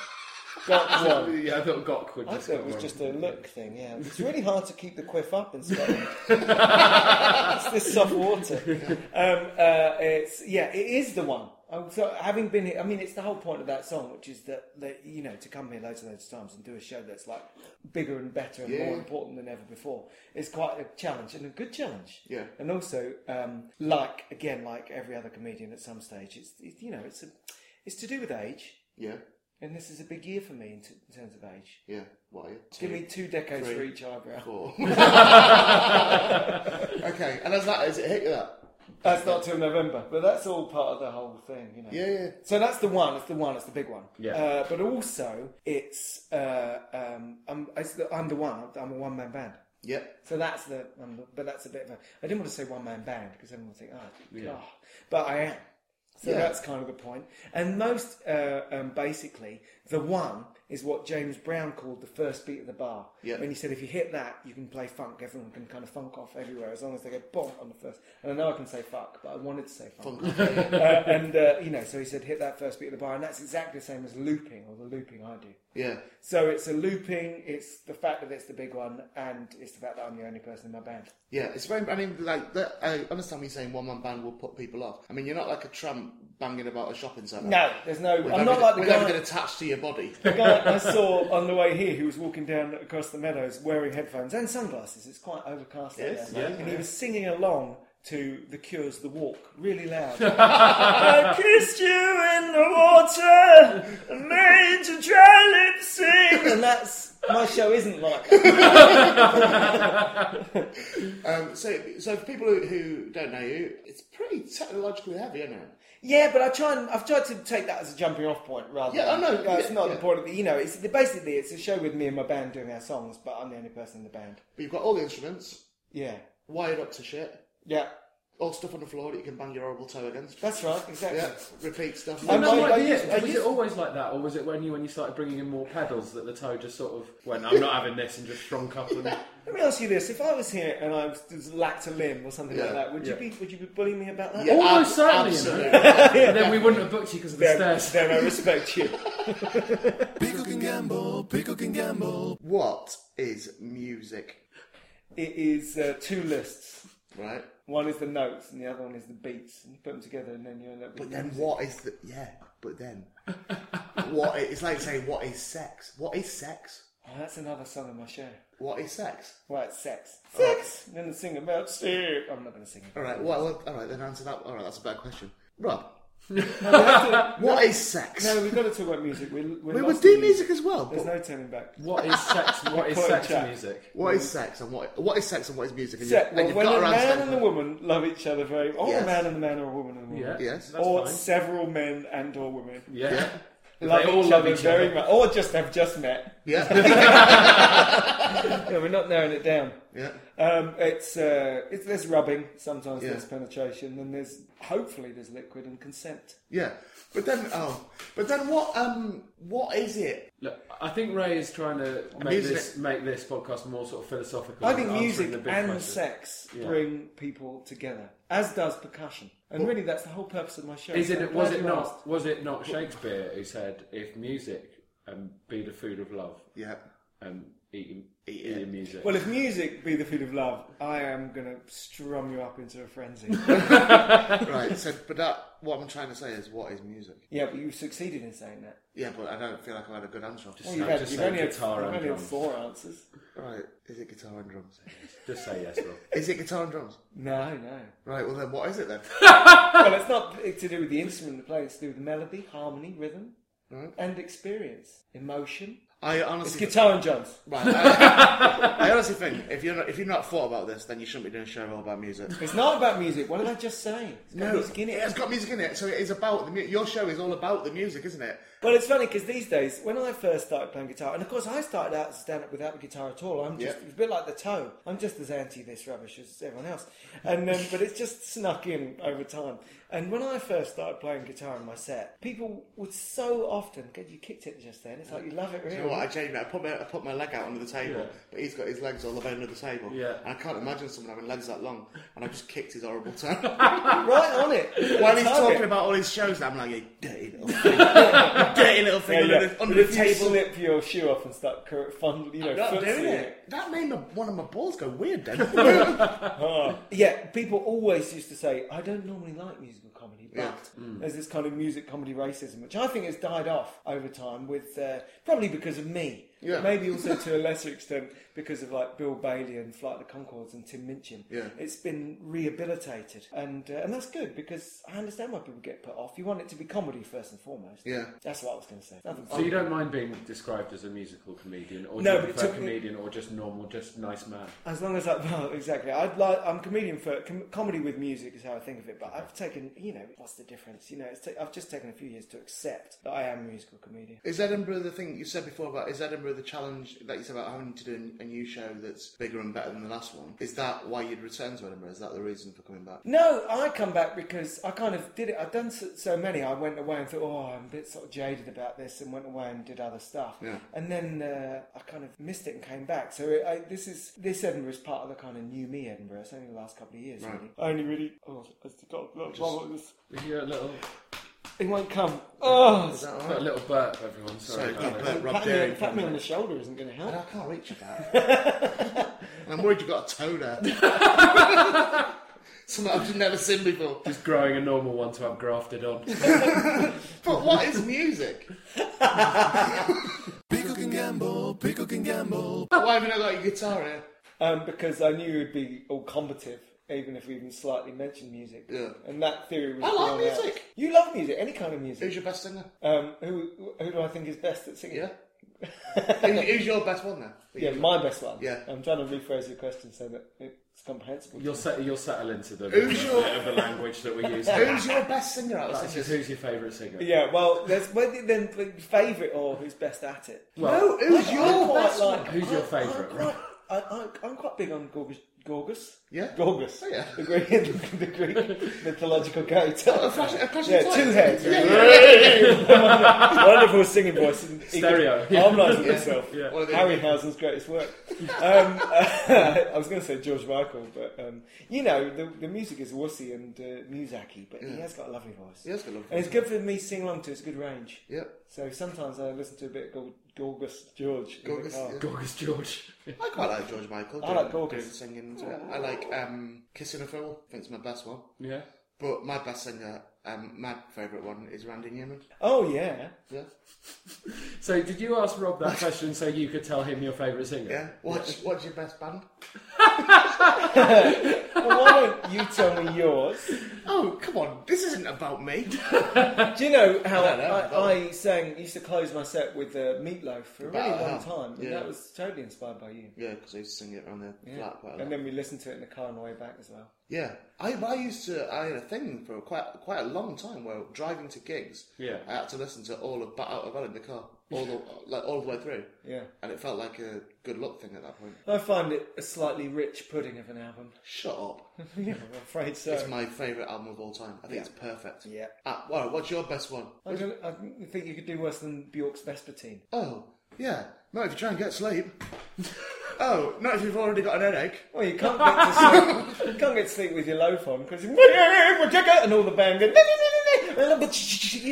Speaker 4: Gok *laughs* one.
Speaker 2: Yeah, I thought Gok would
Speaker 4: I
Speaker 2: just
Speaker 4: thought it
Speaker 2: come
Speaker 4: was
Speaker 2: on.
Speaker 4: just a look thing, yeah. It's really hard to keep the quiff up in Scotland.
Speaker 3: *laughs*
Speaker 4: it's this soft water. Um, uh, it's yeah, it is the one. Um, So having been here, I mean, it's the whole point of that song, which is that, that you know to come here loads and loads of times and do a show that's like bigger and better and more
Speaker 3: Yeah.
Speaker 4: important than ever before is quite a challenge and a good challenge.
Speaker 3: Yeah.
Speaker 4: And also, um, like again, like every other comedian at some stage, it's it, you know it's a, it's to do with age.
Speaker 3: Yeah,
Speaker 4: And this is a big year for me in, t- in terms of age.
Speaker 3: yeah. What are you?
Speaker 4: Give me two decades
Speaker 3: Three.
Speaker 4: for each eyebrow. *laughs*
Speaker 3: Four. *laughs* okay, and as that is, it hit you that.
Speaker 4: That's not till November, but that's all part of the whole thing, you know.
Speaker 3: Yeah, yeah.
Speaker 4: So that's the one. It's the one. It's the big one.
Speaker 2: Yeah.
Speaker 4: Uh, but also, it's uh, um, I'm, it's the, I'm the one. I'm a one man band.
Speaker 3: Yeah.
Speaker 4: So that's the, um, but that's a bit of a. I didn't want to say one man band because everyone would think, oh,
Speaker 2: Yeah.
Speaker 4: God. but I am. So
Speaker 3: Yeah.
Speaker 4: that's kind of the point. And most, uh, um, basically, The one is what James Brown called the first beat of the bar.
Speaker 3: Yeah.
Speaker 4: When he said if you hit that, you can play funk. Everyone can kind of funk off everywhere as long as they go bonk on the first. And I know I can say fuck, but I wanted to say funk. *laughs* uh, and uh, you know, so he said hit that first beat of the bar, and that's exactly the same as looping or the looping I do.
Speaker 3: Yeah.
Speaker 4: So it's a looping. It's the fact that it's the big one, and it's the fact that I'm the only person in my band.
Speaker 3: Yeah, it's very. I mean, like, that, I understand what you're saying. One man band will put people off. I mean, you're not like a tramp banging about a shopping centre.
Speaker 4: No, there's no.
Speaker 3: with
Speaker 4: I'm not
Speaker 3: everything-
Speaker 4: like the
Speaker 3: with
Speaker 4: guy.
Speaker 3: everything attached to
Speaker 4: *laughs*
Speaker 3: your body.
Speaker 4: the guy I saw on the way here who was walking down across the meadows wearing headphones and sunglasses. It's quite overcast out
Speaker 3: Yes,
Speaker 4: there.
Speaker 3: yeah.
Speaker 4: and he was singing along to The Cure's The Walk really
Speaker 3: *laughs*
Speaker 4: loud. I kissed you in the water and made you dry lip sing. And that's. My show isn't like that.
Speaker 3: Um, so, so for people who, who don't know you, it's pretty technologically heavy, isn't it?
Speaker 4: Yeah, but I try and I've tried to take that as a jumping off point rather.
Speaker 3: Yeah,
Speaker 4: than,
Speaker 3: I know,
Speaker 4: No, it's
Speaker 3: yeah,
Speaker 4: not
Speaker 3: yeah.
Speaker 4: the point of the. You know, it's basically it's a show with me and my band doing our songs, but I'm the only person in the band.
Speaker 3: But you've got all the instruments
Speaker 4: Yeah,
Speaker 3: wired up to shit,
Speaker 4: yeah,
Speaker 3: all stuff on the floor that you can bang your horrible toe against.
Speaker 4: that's right, exactly.
Speaker 3: Yeah, repeat stuff.
Speaker 4: I
Speaker 2: Well,
Speaker 4: know.
Speaker 2: that might
Speaker 4: I
Speaker 2: be
Speaker 4: used- I
Speaker 2: it. Was
Speaker 4: used-
Speaker 2: it always like that, or was it when you when you started bringing in more pedals that the toe just sort of went, "I'm not having this," and just shrunk up?
Speaker 4: *laughs*
Speaker 2: And
Speaker 4: Let me ask you this: If I was here and I was, just lacked a limb or something like
Speaker 3: Yeah.
Speaker 4: that, would
Speaker 2: Yeah.
Speaker 4: you be would you be bullying me about that?
Speaker 3: Yeah,
Speaker 2: Almost certainly, you know.
Speaker 3: absolutely.
Speaker 4: *laughs*
Speaker 2: and then we wouldn't have booked you because of the
Speaker 4: Then,
Speaker 2: stairs.
Speaker 4: then I respect you. *laughs*
Speaker 1: Pickle can gamble, pickle can gamble.
Speaker 3: What is music?
Speaker 4: It is uh, two lists.
Speaker 3: Right.
Speaker 4: One is the notes, and the other one is the beats. And you put them together, and then you end up. With
Speaker 3: But then what is the yeah? But then what? i- It's like saying what is sex? What is sex?
Speaker 4: Oh, that's another song in my show.
Speaker 3: What is sex?
Speaker 4: Right, sex, Oh, sex. And then the sing about sex. I'm not going to sing. it.
Speaker 3: All right. Well, well, all right. Then answer that. All right. That's a bad question, Rob. *laughs* what is sex?
Speaker 4: No, we've got to talk about music. We're, we're
Speaker 3: we
Speaker 4: lost
Speaker 3: would
Speaker 4: in
Speaker 3: do music as well.
Speaker 4: There's
Speaker 3: But
Speaker 4: no turning back.
Speaker 2: What is sex?
Speaker 4: *laughs*
Speaker 2: What is
Speaker 4: Quite a
Speaker 2: sex
Speaker 4: chat.
Speaker 2: music?
Speaker 3: what is sex and what what is sex and what is music? And, you,
Speaker 4: Except
Speaker 3: and you've
Speaker 4: when
Speaker 3: got
Speaker 4: a
Speaker 3: to
Speaker 4: man
Speaker 3: answer.
Speaker 4: and a woman love each other very, or
Speaker 3: Yes.
Speaker 4: a man and a man, or a woman and a woman,
Speaker 2: Yeah,
Speaker 3: Yes.
Speaker 2: that's
Speaker 4: or
Speaker 2: fine.
Speaker 4: several men and or women.
Speaker 2: Yeah,
Speaker 4: Love
Speaker 2: they all
Speaker 4: each
Speaker 2: love
Speaker 4: other
Speaker 2: each
Speaker 4: very
Speaker 2: other.
Speaker 4: much, or just have just met.
Speaker 3: Yeah.
Speaker 4: Yeah, we're not narrowing it down.
Speaker 3: *laughs* yeah.
Speaker 4: Um, it's, uh, it's there's rubbing, sometimes
Speaker 3: Yeah.
Speaker 4: there's penetration, and there's hopefully there's liquid and consent.
Speaker 3: Yeah. But then oh, but then what um what is it?
Speaker 2: Look, I think Ray is trying to make
Speaker 3: Music-
Speaker 2: this make this podcast more sort of philosophical.
Speaker 4: I
Speaker 2: and
Speaker 4: think
Speaker 2: answering
Speaker 4: music
Speaker 2: the
Speaker 4: and
Speaker 2: big questions.
Speaker 4: sex
Speaker 2: Yeah.
Speaker 4: bring people together, as does percussion, and really that's the whole purpose of my show.
Speaker 2: Is
Speaker 4: So I'm
Speaker 2: it? Was
Speaker 4: glad
Speaker 2: it
Speaker 4: you
Speaker 2: not?
Speaker 4: asked.
Speaker 2: Was it not Shakespeare who said, "If music um, be the food of love,
Speaker 3: Yeah.
Speaker 2: and Um, eating,
Speaker 3: Eat
Speaker 2: eating
Speaker 3: it.
Speaker 2: music."
Speaker 4: Well, if music be the food of love, I am going to strum you up into a frenzy.
Speaker 3: Right. So, but that what I'm trying to say is what is music?
Speaker 4: yeah, but you succeeded in saying that.
Speaker 3: Yeah, but I don't feel like I had a good answer.
Speaker 4: Well,
Speaker 3: Just,
Speaker 4: you've
Speaker 2: No,
Speaker 4: had,
Speaker 2: just
Speaker 4: you've
Speaker 2: say
Speaker 4: only had, you've
Speaker 2: guitar and
Speaker 4: only had
Speaker 2: drums.
Speaker 4: four answers.
Speaker 3: right. Is it guitar and drums?
Speaker 2: Just say yes, Rob.
Speaker 3: Is it guitar and drums?
Speaker 4: No, no.
Speaker 3: Right. Well, then what is it then?
Speaker 4: well, it's not to do with the instrument they play. It's to do with the melody, harmony, rhythm, and experience, emotion.
Speaker 3: I
Speaker 4: It's
Speaker 3: honestly.
Speaker 4: guitar and drums.
Speaker 3: Right, I, I honestly think if you're not, if you've not thought about this, then you shouldn't be doing a show all about music.
Speaker 4: It's not about music. What did I just say? It's got music in it.
Speaker 3: has got music in it, so it is about the mu- your show is all about the music, isn't it?
Speaker 4: Well, it's funny because these days, when I first started playing guitar, and of course I started out as a stand-up without the guitar at all. I'm just
Speaker 3: Yeah.
Speaker 4: it's a bit like the toe. I'm just as anti this rubbish as everyone else. And um, but it's just snuck in over time. And when I first started playing guitar in my set, people would so often go, "You kicked it just then." It's like you love it
Speaker 3: You
Speaker 4: really.
Speaker 3: know what? I genuinely, I put my I put my leg out under the table,
Speaker 2: Yeah.
Speaker 3: but he's got his legs all over under the table.
Speaker 2: Yeah.
Speaker 3: and I can't imagine someone having legs that long. And I just kicked his horrible toe.
Speaker 4: *laughs* right on it.
Speaker 3: While he's
Speaker 4: Target.
Speaker 3: talking about all his shows, I'm like, you dirty little thing, *laughs* You dirty little thing
Speaker 4: Yeah,
Speaker 3: under
Speaker 4: yeah.
Speaker 3: the, under
Speaker 4: But
Speaker 3: the
Speaker 4: if you
Speaker 3: table.
Speaker 4: slip your shoe off and start cur- fondly, you know,
Speaker 3: I'm not
Speaker 4: footsie
Speaker 3: doing
Speaker 4: it.
Speaker 3: it. That made my, one of my balls go weird then. *laughs*
Speaker 4: Yeah, people always used to say, I don't normally like musical comedy, but
Speaker 3: Yeah. Mm.
Speaker 4: there's this kind of music comedy racism, which I think has died off over time, with uh, probably because of me.
Speaker 3: Yeah.
Speaker 4: Maybe
Speaker 3: *laughs*
Speaker 4: also to a lesser extent because of like Bill Bailey and Flight of the Concords and Tim Minchin.
Speaker 3: Yeah.
Speaker 4: It's been rehabilitated, and uh, and that's good because I understand why people get put off. You want it to be comedy first and foremost.
Speaker 3: Yeah.
Speaker 4: That's what I was going to say. Nothing
Speaker 2: So you don't mind being described as a musical comedian, or
Speaker 4: Um, No,
Speaker 2: do
Speaker 4: but
Speaker 2: you
Speaker 4: it
Speaker 2: prefer
Speaker 4: took me-
Speaker 2: comedian, or just normal, just nice man?
Speaker 4: As long as I *laughs* well, exactly. I'd like I'm a comedian for com- comedy with music is how I think of it. But I've taken you know what's the difference? You know, it's ta- I've just taken a few years to accept that I am a musical comedian.
Speaker 3: Is Edinburgh the thing you said before about? Is Edinburgh over the challenge that you said about having to do n- a new show that's bigger and better than the last one? Is that why you'd return to Edinburgh? Is that the reason for coming back?
Speaker 4: No, I come back because I kind of did it. I'd done so, so many. I went away and thought, oh, I'm a bit sort of jaded about this, and went away and did other stuff.
Speaker 3: Yeah.
Speaker 4: And then uh, I kind of missed it and came back. So it, I, this is this Edinburgh is part of the kind of new me Edinburgh. It's only the last couple of years.
Speaker 3: Right.
Speaker 4: Really. I only really. Oh, I got got- got-
Speaker 2: We hear a little,
Speaker 4: It won't come. Oh,
Speaker 3: Is that all
Speaker 2: a
Speaker 3: right?
Speaker 2: little burp, everyone. Sorry.
Speaker 3: Sorry, God,
Speaker 2: about that.
Speaker 3: Bert, Rob
Speaker 4: pat me,
Speaker 3: Deering.
Speaker 4: pat me on the shoulder isn't going to help.
Speaker 3: I can't reach you that. *laughs* and I'm worried you've got a toe *laughs* there. Something I've never seen before.
Speaker 2: Just growing a normal one to have grafted on.
Speaker 3: But what is music? *laughs*
Speaker 1: Pico can gamble, Pico can gamble,
Speaker 3: Why haven't I got your guitar here?
Speaker 4: Um, because I knew it would be all combative, even if we even slightly mentioned music.
Speaker 3: Yeah.
Speaker 4: And that theory was.
Speaker 3: I like
Speaker 4: blown out.
Speaker 3: music.
Speaker 4: You love music, any kind of music.
Speaker 3: Who's your
Speaker 4: *laughs*
Speaker 3: best singer?
Speaker 4: Um, who who do I think is best at singing?
Speaker 3: Yeah. Who- Who's your best one then?
Speaker 4: *laughs* Yeah, my best one.
Speaker 3: Yeah.
Speaker 4: I'm trying to rephrase your question so that it's comprehensible.
Speaker 2: You'll, set, you'll settle into the,
Speaker 3: Who's your-
Speaker 2: bit of the language
Speaker 4: *laughs*
Speaker 2: that we use.
Speaker 3: Who's your best singer out of
Speaker 2: That's just
Speaker 3: singers?
Speaker 2: who's your favourite singer?
Speaker 4: yeah, well, there's whether then favourite or who's best at it.
Speaker 2: Well,
Speaker 3: Who's
Speaker 4: I'm
Speaker 3: your
Speaker 4: quite
Speaker 3: best
Speaker 4: like-
Speaker 3: one?
Speaker 2: who's your
Speaker 4: I'm- I'm
Speaker 2: favourite?
Speaker 4: quite- I, I, I'm quite big on Gorgas. Gorgas.
Speaker 3: Yeah?
Speaker 4: Gorgas.
Speaker 3: Oh, yeah.
Speaker 4: The Greek, *laughs* the Greek mythological character.
Speaker 3: A flash, a flash of
Speaker 4: Yeah,
Speaker 3: light.
Speaker 4: two heads. *laughs*
Speaker 3: Yeah,
Speaker 4: Wonderful singing voice.
Speaker 3: *laughs*
Speaker 4: And
Speaker 2: Stereo.
Speaker 4: Harmonise with himself.
Speaker 2: Yeah.
Speaker 3: One of the-
Speaker 4: Harryhausen's greatest
Speaker 3: *laughs*
Speaker 4: work. Um, *laughs* I was going to say George Michael, but um, you know the, the music is wussy and uh, musacky, but he has got a lovely voice.
Speaker 3: He has got a lovely
Speaker 4: and it's good for me to sing along to. It's good range.
Speaker 3: yeah.
Speaker 4: So sometimes I listen to a bit of Gor- Gorgas George. in the
Speaker 3: Gorgas,
Speaker 4: car.
Speaker 3: yeah.
Speaker 2: Gorgas George.
Speaker 3: I quite like George Michael.
Speaker 4: I like
Speaker 3: doing-
Speaker 4: Gorgas.
Speaker 3: doing the Singing. as well. I like um, Kissing a Fool. I think it's my best one.
Speaker 2: yeah.
Speaker 3: But my best singer, um, my favourite one is Randy Newman.
Speaker 4: Oh yeah.
Speaker 3: Yeah.
Speaker 2: So, did you ask Rob
Speaker 4: *laughs*
Speaker 2: that question so you could tell him your favourite singer?
Speaker 3: Yeah. What's, what's your best band?
Speaker 4: Well, why don't you tell me yours?
Speaker 3: Oh, come on. This isn't
Speaker 4: *laughs*
Speaker 3: about me.
Speaker 4: Do you know how I,
Speaker 3: don't know.
Speaker 4: I, sang? Used to close my set with uh, Meatloaf for a really
Speaker 3: Wow.
Speaker 4: long time, and
Speaker 3: Yeah.
Speaker 4: that was totally inspired by you.
Speaker 3: yeah, because I used to sing it on the flat quite a lot.
Speaker 4: And then we listened to it in the car on the way back as well.
Speaker 3: Yeah, I, I used to. I had a thing for quite quite a long time where driving to gigs,
Speaker 2: Yeah.
Speaker 3: I had to listen to all of Bat Out of Hell in the car, all the like all the way through,
Speaker 4: Yeah.
Speaker 3: and it felt like a good luck thing at that point.
Speaker 4: I find it a slightly rich pudding of an album. *laughs*
Speaker 3: Shut up!
Speaker 4: yeah, I'm afraid so.
Speaker 3: It's my favourite album of all time. I think it's perfect.
Speaker 4: Yeah.
Speaker 3: Ah, well, what's your best one?
Speaker 4: I don't. I don't think you could do worse than Bjork's Vespertine.
Speaker 3: Oh, yeah. Not if you try and get sleep. *laughs* oh, not if you've already got an headache.
Speaker 4: Well, you can't get to sleep. you can't get to sleep with your loaf on because *laughs* and all the band going. *laughs* You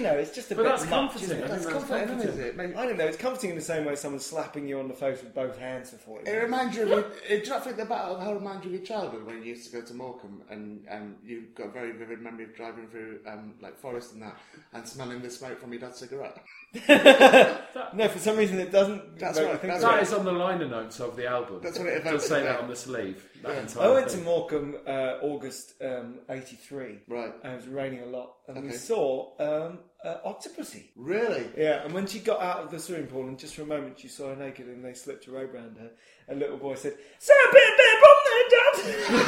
Speaker 4: know, it's just a
Speaker 2: But
Speaker 4: bit.
Speaker 2: that's
Speaker 4: much,
Speaker 2: comforting.
Speaker 4: isn't
Speaker 2: I think
Speaker 4: it?
Speaker 3: That's
Speaker 2: that's
Speaker 3: comforting,
Speaker 2: comforting.
Speaker 3: isn't it? Maybe-
Speaker 4: I don't know. It's comforting in the same way someone's slapping you on the face with both hands for forty.
Speaker 3: It reminds you of your, it, do you not think the Battle of Hell reminds you of your childhood when you used to go to Morecambe and um, you've got a very vivid memory of driving through um, like forest and that and smelling the smoke from your dad's cigarette?
Speaker 4: No, for some reason it doesn't.
Speaker 3: That's
Speaker 4: make me
Speaker 3: right,
Speaker 4: think
Speaker 3: that's
Speaker 4: of
Speaker 2: That
Speaker 4: it.
Speaker 2: is on the liner notes of the album.
Speaker 3: That's what it
Speaker 2: It does
Speaker 3: evokes,
Speaker 2: say
Speaker 3: yeah.
Speaker 2: that on the sleeve. That entire
Speaker 4: I went to
Speaker 2: thing.
Speaker 4: Morecambe uh, August um, '83.
Speaker 3: Right.
Speaker 4: And it was raining a lot, and we
Speaker 3: Okay.
Speaker 4: saw um, uh, Octopussy.
Speaker 3: Really?
Speaker 4: Yeah, and when she got out of the swimming pool, and just for a moment she saw her naked, and they slipped a robe around her, a little boy said, "Say a bit, bit on
Speaker 3: *laughs*
Speaker 4: there,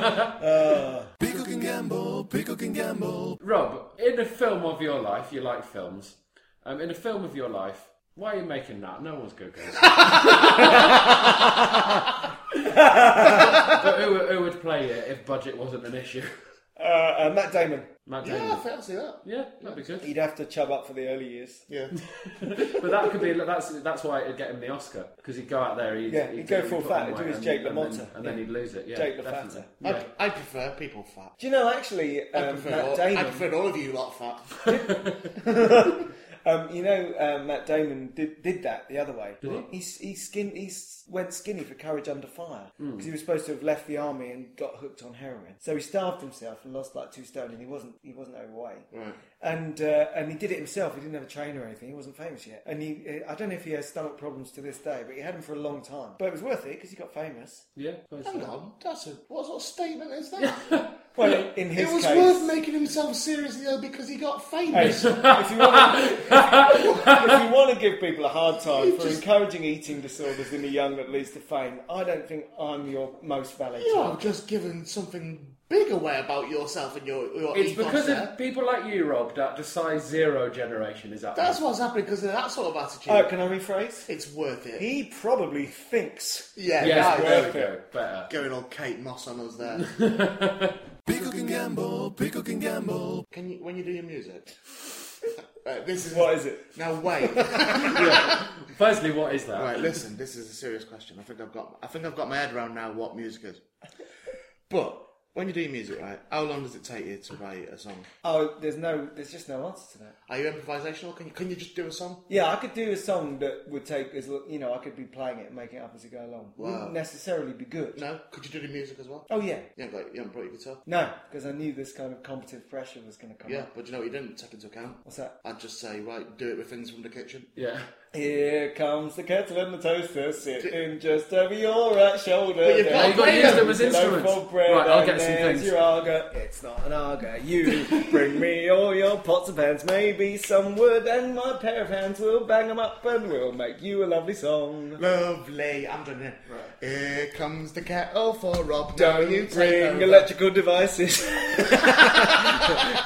Speaker 4: Dad."
Speaker 1: Pico can gamble, Pico can gamble,
Speaker 2: Rob, in a film of your life, you like films. Um, in a film of your life, why are you making that? No one's going to go. but who, who would play it if budget wasn't an issue?
Speaker 4: uh, uh, Matt Damon.
Speaker 2: Matt Damon.
Speaker 3: Yeah, I think I'll see that.
Speaker 2: Yeah, that'd be good.
Speaker 4: He'd have to chub up for the early years.
Speaker 3: Yeah.
Speaker 2: But that could be that's that's why it'd get him the Oscar because he'd go out there, he'd,
Speaker 4: Yeah, he'd go
Speaker 2: he'd
Speaker 4: full
Speaker 2: put
Speaker 4: fat,
Speaker 2: on
Speaker 4: he'd do
Speaker 2: weight
Speaker 4: his
Speaker 2: and-
Speaker 4: Jake
Speaker 2: and
Speaker 4: LaMotta.
Speaker 2: then- and then he'd lose it. Yeah,
Speaker 4: Jake LaFatta.
Speaker 2: definitely.
Speaker 3: I,
Speaker 2: Yeah.
Speaker 3: I prefer people fat.
Speaker 4: Do you know actually
Speaker 3: I
Speaker 4: um,
Speaker 3: prefer,
Speaker 4: Matt
Speaker 3: all,
Speaker 4: Damon?
Speaker 3: I prefer all of you lot fat.
Speaker 4: Um, you know, uh, Matt Damon did did that the other way.
Speaker 2: Did
Speaker 4: he? s- He, skin, he s- went skinny for Courage Under Fire
Speaker 3: Hmm.
Speaker 4: because he was supposed to have left the army and got hooked on heroin. So he starved himself and lost like two stone, and he wasn't he wasn't overweight.
Speaker 3: Right.
Speaker 4: And uh, and he did it himself. He didn't have a trainer or anything. He wasn't famous yet. And he uh, I don't know if he has stomach problems to this day, but he had them for a long time. But it was worth it because he got famous.
Speaker 2: yeah. I suppose
Speaker 3: Hang
Speaker 2: so.
Speaker 3: on, that's a what sort of statement is that?
Speaker 4: Well, in, in his
Speaker 3: it was
Speaker 4: case,
Speaker 3: worth making himself serious though because he got
Speaker 4: Hey,
Speaker 3: famous.
Speaker 4: if you, want *laughs* to, if you want to give people a hard time for encouraging eating disorders in the young that leads to fame, I don't think I'm your most valid.
Speaker 3: You
Speaker 4: target.
Speaker 3: have just given something big aware about yourself and your, your
Speaker 5: It's
Speaker 3: ethos
Speaker 5: because
Speaker 3: there.
Speaker 5: of people like you, Rob, that the size zero generation is up.
Speaker 3: That's what's happening because of that sort of attitude.
Speaker 4: Oh, can I rephrase?
Speaker 3: it's worth it.
Speaker 4: He probably thinks.
Speaker 3: Yeah,
Speaker 5: yes,
Speaker 3: right.
Speaker 5: there we go. Better.
Speaker 3: Going old Kate Moss on us
Speaker 4: *laughs*
Speaker 3: there.
Speaker 1: Pickle can gamble, pickle can gamble,
Speaker 3: Can you when you do your music? *laughs* Right, this is
Speaker 4: What is it?
Speaker 3: now. Wait,
Speaker 4: *laughs*
Speaker 5: Firstly, what is that?
Speaker 3: right. Listen, this is a serious question. I think I've got. I think I've got my head around now what music is. But when you do your music, right? How long does it take you to write a song?
Speaker 4: Oh, there's no, there's just no answer to that.
Speaker 3: Are you improvisational? Can you can you just do a song?
Speaker 4: Yeah, I could do a song that would take as l- you know, I could be playing it and making it up as I go along.
Speaker 3: Wow.
Speaker 4: Wouldn't necessarily be good.
Speaker 3: No. Could you do the music as well?
Speaker 4: Oh yeah,
Speaker 3: You haven't got. You haven't brought your guitar.
Speaker 4: no, because I knew this kind of competitive pressure was going to come.
Speaker 3: Yeah,
Speaker 4: up.
Speaker 3: but you know what you didn't take into account?
Speaker 4: What's that?
Speaker 3: I'd just say, right, do it with things from the kitchen.
Speaker 5: Yeah.
Speaker 4: Here comes the kettle and the toaster sitting just over your right shoulder.
Speaker 3: But you've got-
Speaker 4: There
Speaker 5: You've got to
Speaker 3: Hey,
Speaker 5: use them
Speaker 4: comes
Speaker 5: as
Speaker 4: the loaf
Speaker 5: instruments.
Speaker 4: of bread
Speaker 5: Right, I'll
Speaker 4: and
Speaker 5: get some
Speaker 4: there's
Speaker 5: things.
Speaker 4: Your arga. It's not an arga. *laughs* You bring me all your pots and pans, maybe some wood, and my pair of hands will bang 'em up and we'll make you a lovely song.
Speaker 3: Lovely. I'm done it. Here comes the kettle for Rob.
Speaker 4: Don't
Speaker 3: Now
Speaker 4: you
Speaker 3: take
Speaker 4: bring
Speaker 3: over.
Speaker 4: electrical devices. *laughs*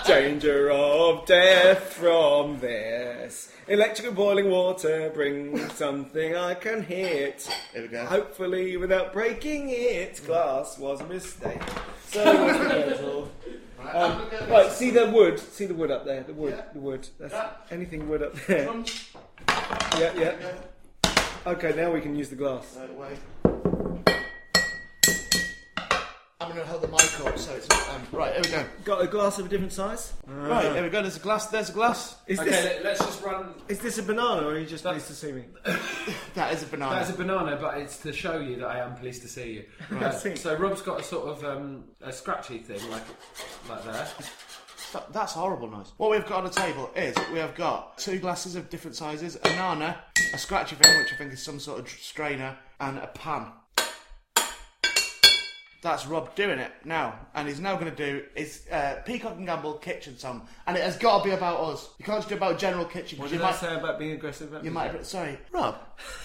Speaker 4: Danger of death from this. Electrical boiling water, bring something I can hit.
Speaker 3: Here we go.
Speaker 4: Hopefully without breaking it. Glass was a mistake. So was the kettle.
Speaker 3: Right,
Speaker 4: Um,
Speaker 3: I'm gonna-
Speaker 4: right, see the wood. See the wood up there. The wood.
Speaker 3: Yeah.
Speaker 4: The wood. That's
Speaker 3: Yeah.
Speaker 4: anything wood up there.
Speaker 3: Um,
Speaker 4: Yeah, yeah. Okay, now we can use the glass.
Speaker 3: Right, wait. I'm gonna hold the mic up so it's not. Um, right, here we go.
Speaker 4: Got a glass of a different size.
Speaker 3: Right, there we go. There's a glass. There's a glass.
Speaker 4: Is
Speaker 2: Okay,
Speaker 4: this
Speaker 2: let- let's just run.
Speaker 4: is this a banana or are you just pleased to see me?
Speaker 3: That is a banana.
Speaker 2: That's a banana, but it's to show you that I am pleased to see you.
Speaker 3: *laughs*
Speaker 2: Uh,
Speaker 4: see.
Speaker 2: so Rob's got a sort of um, a scratchy thing, like like there.
Speaker 3: That- that's horrible noise. What we've got on the table is we have got two glasses of different sizes, a nana, a scratchy thing, which I think is some sort of dr- strainer, and a pan. That's Rob doing it now, and he's now going to do his uh, Peacock and Gamble kitchen song, and it has got to be about us. You can't just do about general kitchen.
Speaker 4: What
Speaker 3: 'cause
Speaker 4: did
Speaker 3: you
Speaker 4: I
Speaker 3: might-
Speaker 4: say about being aggressive? About
Speaker 3: You
Speaker 4: me?
Speaker 3: might have, sorry, Rob.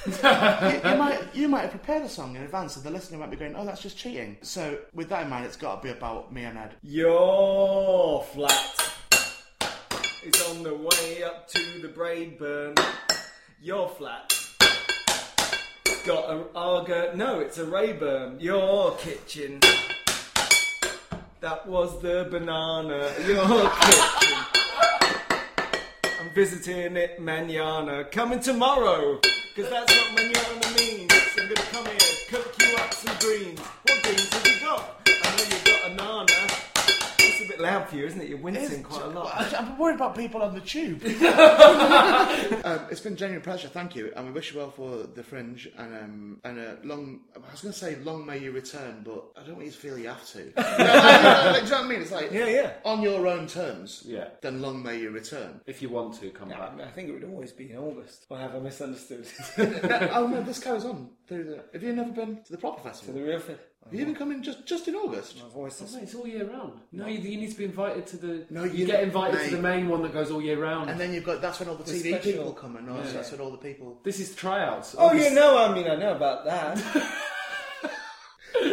Speaker 3: you, you
Speaker 4: *laughs*
Speaker 3: might you might have prepared a song in advance, so the listener might be going, "Oh, that's just cheating." So, with that in mind, it's got to be about me and Ed.
Speaker 4: Your flat is on the way up to the Braidburn. Your flat got an Arga. No, it's a Rayburn. Your kitchen. That was the banana. Your kitchen. I'm visiting it manana. Coming tomorrow. Because that's what manana means. I'm going to come here, cook you up some greens. What greens have you got? I know you've got a nana. It's a bit loud for you, isn't it? You're wincing quite a lot.
Speaker 3: I- I'm worried about people on
Speaker 4: *laughs*
Speaker 3: the tube. um, it's been a genuine pleasure. Thank you, and we wish you well for the fringe and um, and a long. I was going to say long may you return, but I don't want you to feel you have *laughs* to. No, no, no, no, do you know what I mean? It's like
Speaker 4: Yeah, yeah.
Speaker 3: on your own terms.
Speaker 5: Yeah.
Speaker 3: Then long may you return.
Speaker 5: If you want to, come
Speaker 4: I
Speaker 5: back.
Speaker 4: mean, I think it would always be in August. Or have I *laughs* misunderstood?
Speaker 3: oh no, this goes on. Through the, have you never been to the proper festival?
Speaker 4: the real thing.
Speaker 3: Have you been coming just just in August?
Speaker 4: My voice is.
Speaker 2: It's all year round. No, you, you need to be invited to the.
Speaker 3: No,
Speaker 2: No, you,
Speaker 3: you-
Speaker 2: get invited to
Speaker 3: mate.
Speaker 2: the main one that goes all year round.
Speaker 3: And then you've got that's when all the, TV
Speaker 4: special.
Speaker 3: people come, and also that's when all the people.
Speaker 2: this is tryouts.
Speaker 4: *laughs* Oh, yeah, no, I mean, I know about that.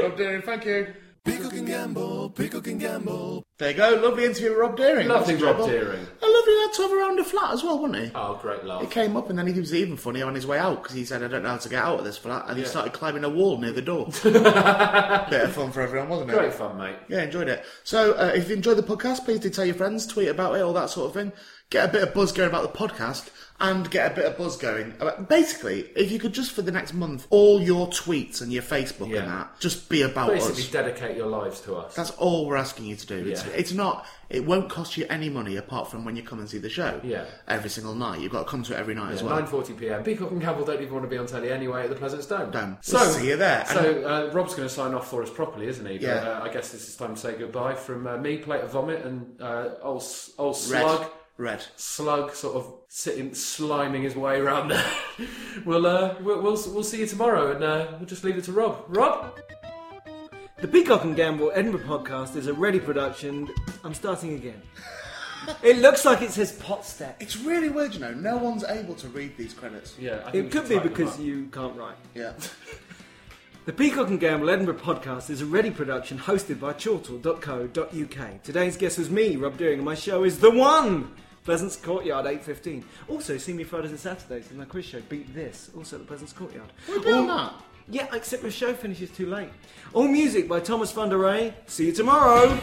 Speaker 3: Rob Deering, thank you.
Speaker 1: pickle can gamble, pickle can gamble,
Speaker 3: There you go, lovely interview with Rob Deering.
Speaker 2: Lovely
Speaker 3: That's
Speaker 2: Rob
Speaker 3: trouble.
Speaker 2: Deering.
Speaker 3: A lovely lad to have around the flat as well, wasn't he?
Speaker 2: Oh, great
Speaker 3: He
Speaker 2: laugh.
Speaker 3: came up and then he was even funny on his way out because he said, I don't know how to get out of this flat, and he started climbing a wall near the door. Bit of fun for everyone, wasn't it?
Speaker 2: Great fun, mate.
Speaker 3: Yeah, enjoyed it. So, uh, if you enjoyed the podcast, please do tell your friends, tweet about it, all that sort of thing. Get a bit of buzz going about the podcast and get a bit of buzz going. about- Basically, if you could just for the next month, all your tweets and your Facebook
Speaker 2: Yeah.
Speaker 3: and that just be about
Speaker 2: Basically,
Speaker 3: us.
Speaker 2: dedicate your lives to us.
Speaker 3: That's all we're asking you to do. It's,
Speaker 2: Yeah.
Speaker 3: it's not. It won't cost you any money apart from when you come and see the show.
Speaker 2: Yeah.
Speaker 3: Every single night, you've got to come to it every night as well.
Speaker 2: 9:40 p.m. Peacock and Campbell don't even want to be on telly anyway at the Pleasant Stone.
Speaker 3: Done. We'll see you there.
Speaker 2: So uh, Rob's going to sign off for us properly, isn't he?
Speaker 3: Yeah.
Speaker 2: But, uh, I guess this is time to say goodbye from uh, me, plate of vomit, and uh, old s- old
Speaker 3: Red,
Speaker 2: slug.
Speaker 3: red.
Speaker 2: Slug sort of sitting, sliming his way around there. *laughs* we'll, uh, we'll, we'll, we'll see you tomorrow and uh, we'll just leave it to Rob. Rob?
Speaker 4: *laughs* The Peacock and Gamble Edinburgh podcast is a ready production. I'm starting *laughs* again. It looks like it says Potstep.
Speaker 3: It's really weird, you know. No one's able to read these credits.
Speaker 2: Yeah, I think we
Speaker 4: It could
Speaker 2: should
Speaker 4: be
Speaker 2: tighten them
Speaker 4: because
Speaker 2: up.
Speaker 4: you can't write.
Speaker 3: Yeah.
Speaker 4: The The Peacock and Gamble Edinburgh podcast is a ready production hosted by chortle.co.uk. Today's guest was me, Rob Deering, and my show is The One! Pleasance Courtyard, 8.15. Also, see me Fridays and Saturdays in my quiz show, Beat This, also at the Pleasance Courtyard.
Speaker 2: *laughs*
Speaker 3: We'll be on that.
Speaker 4: Yeah, except my show finishes too late. All music by Thomas Van der Ray. See you tomorrow!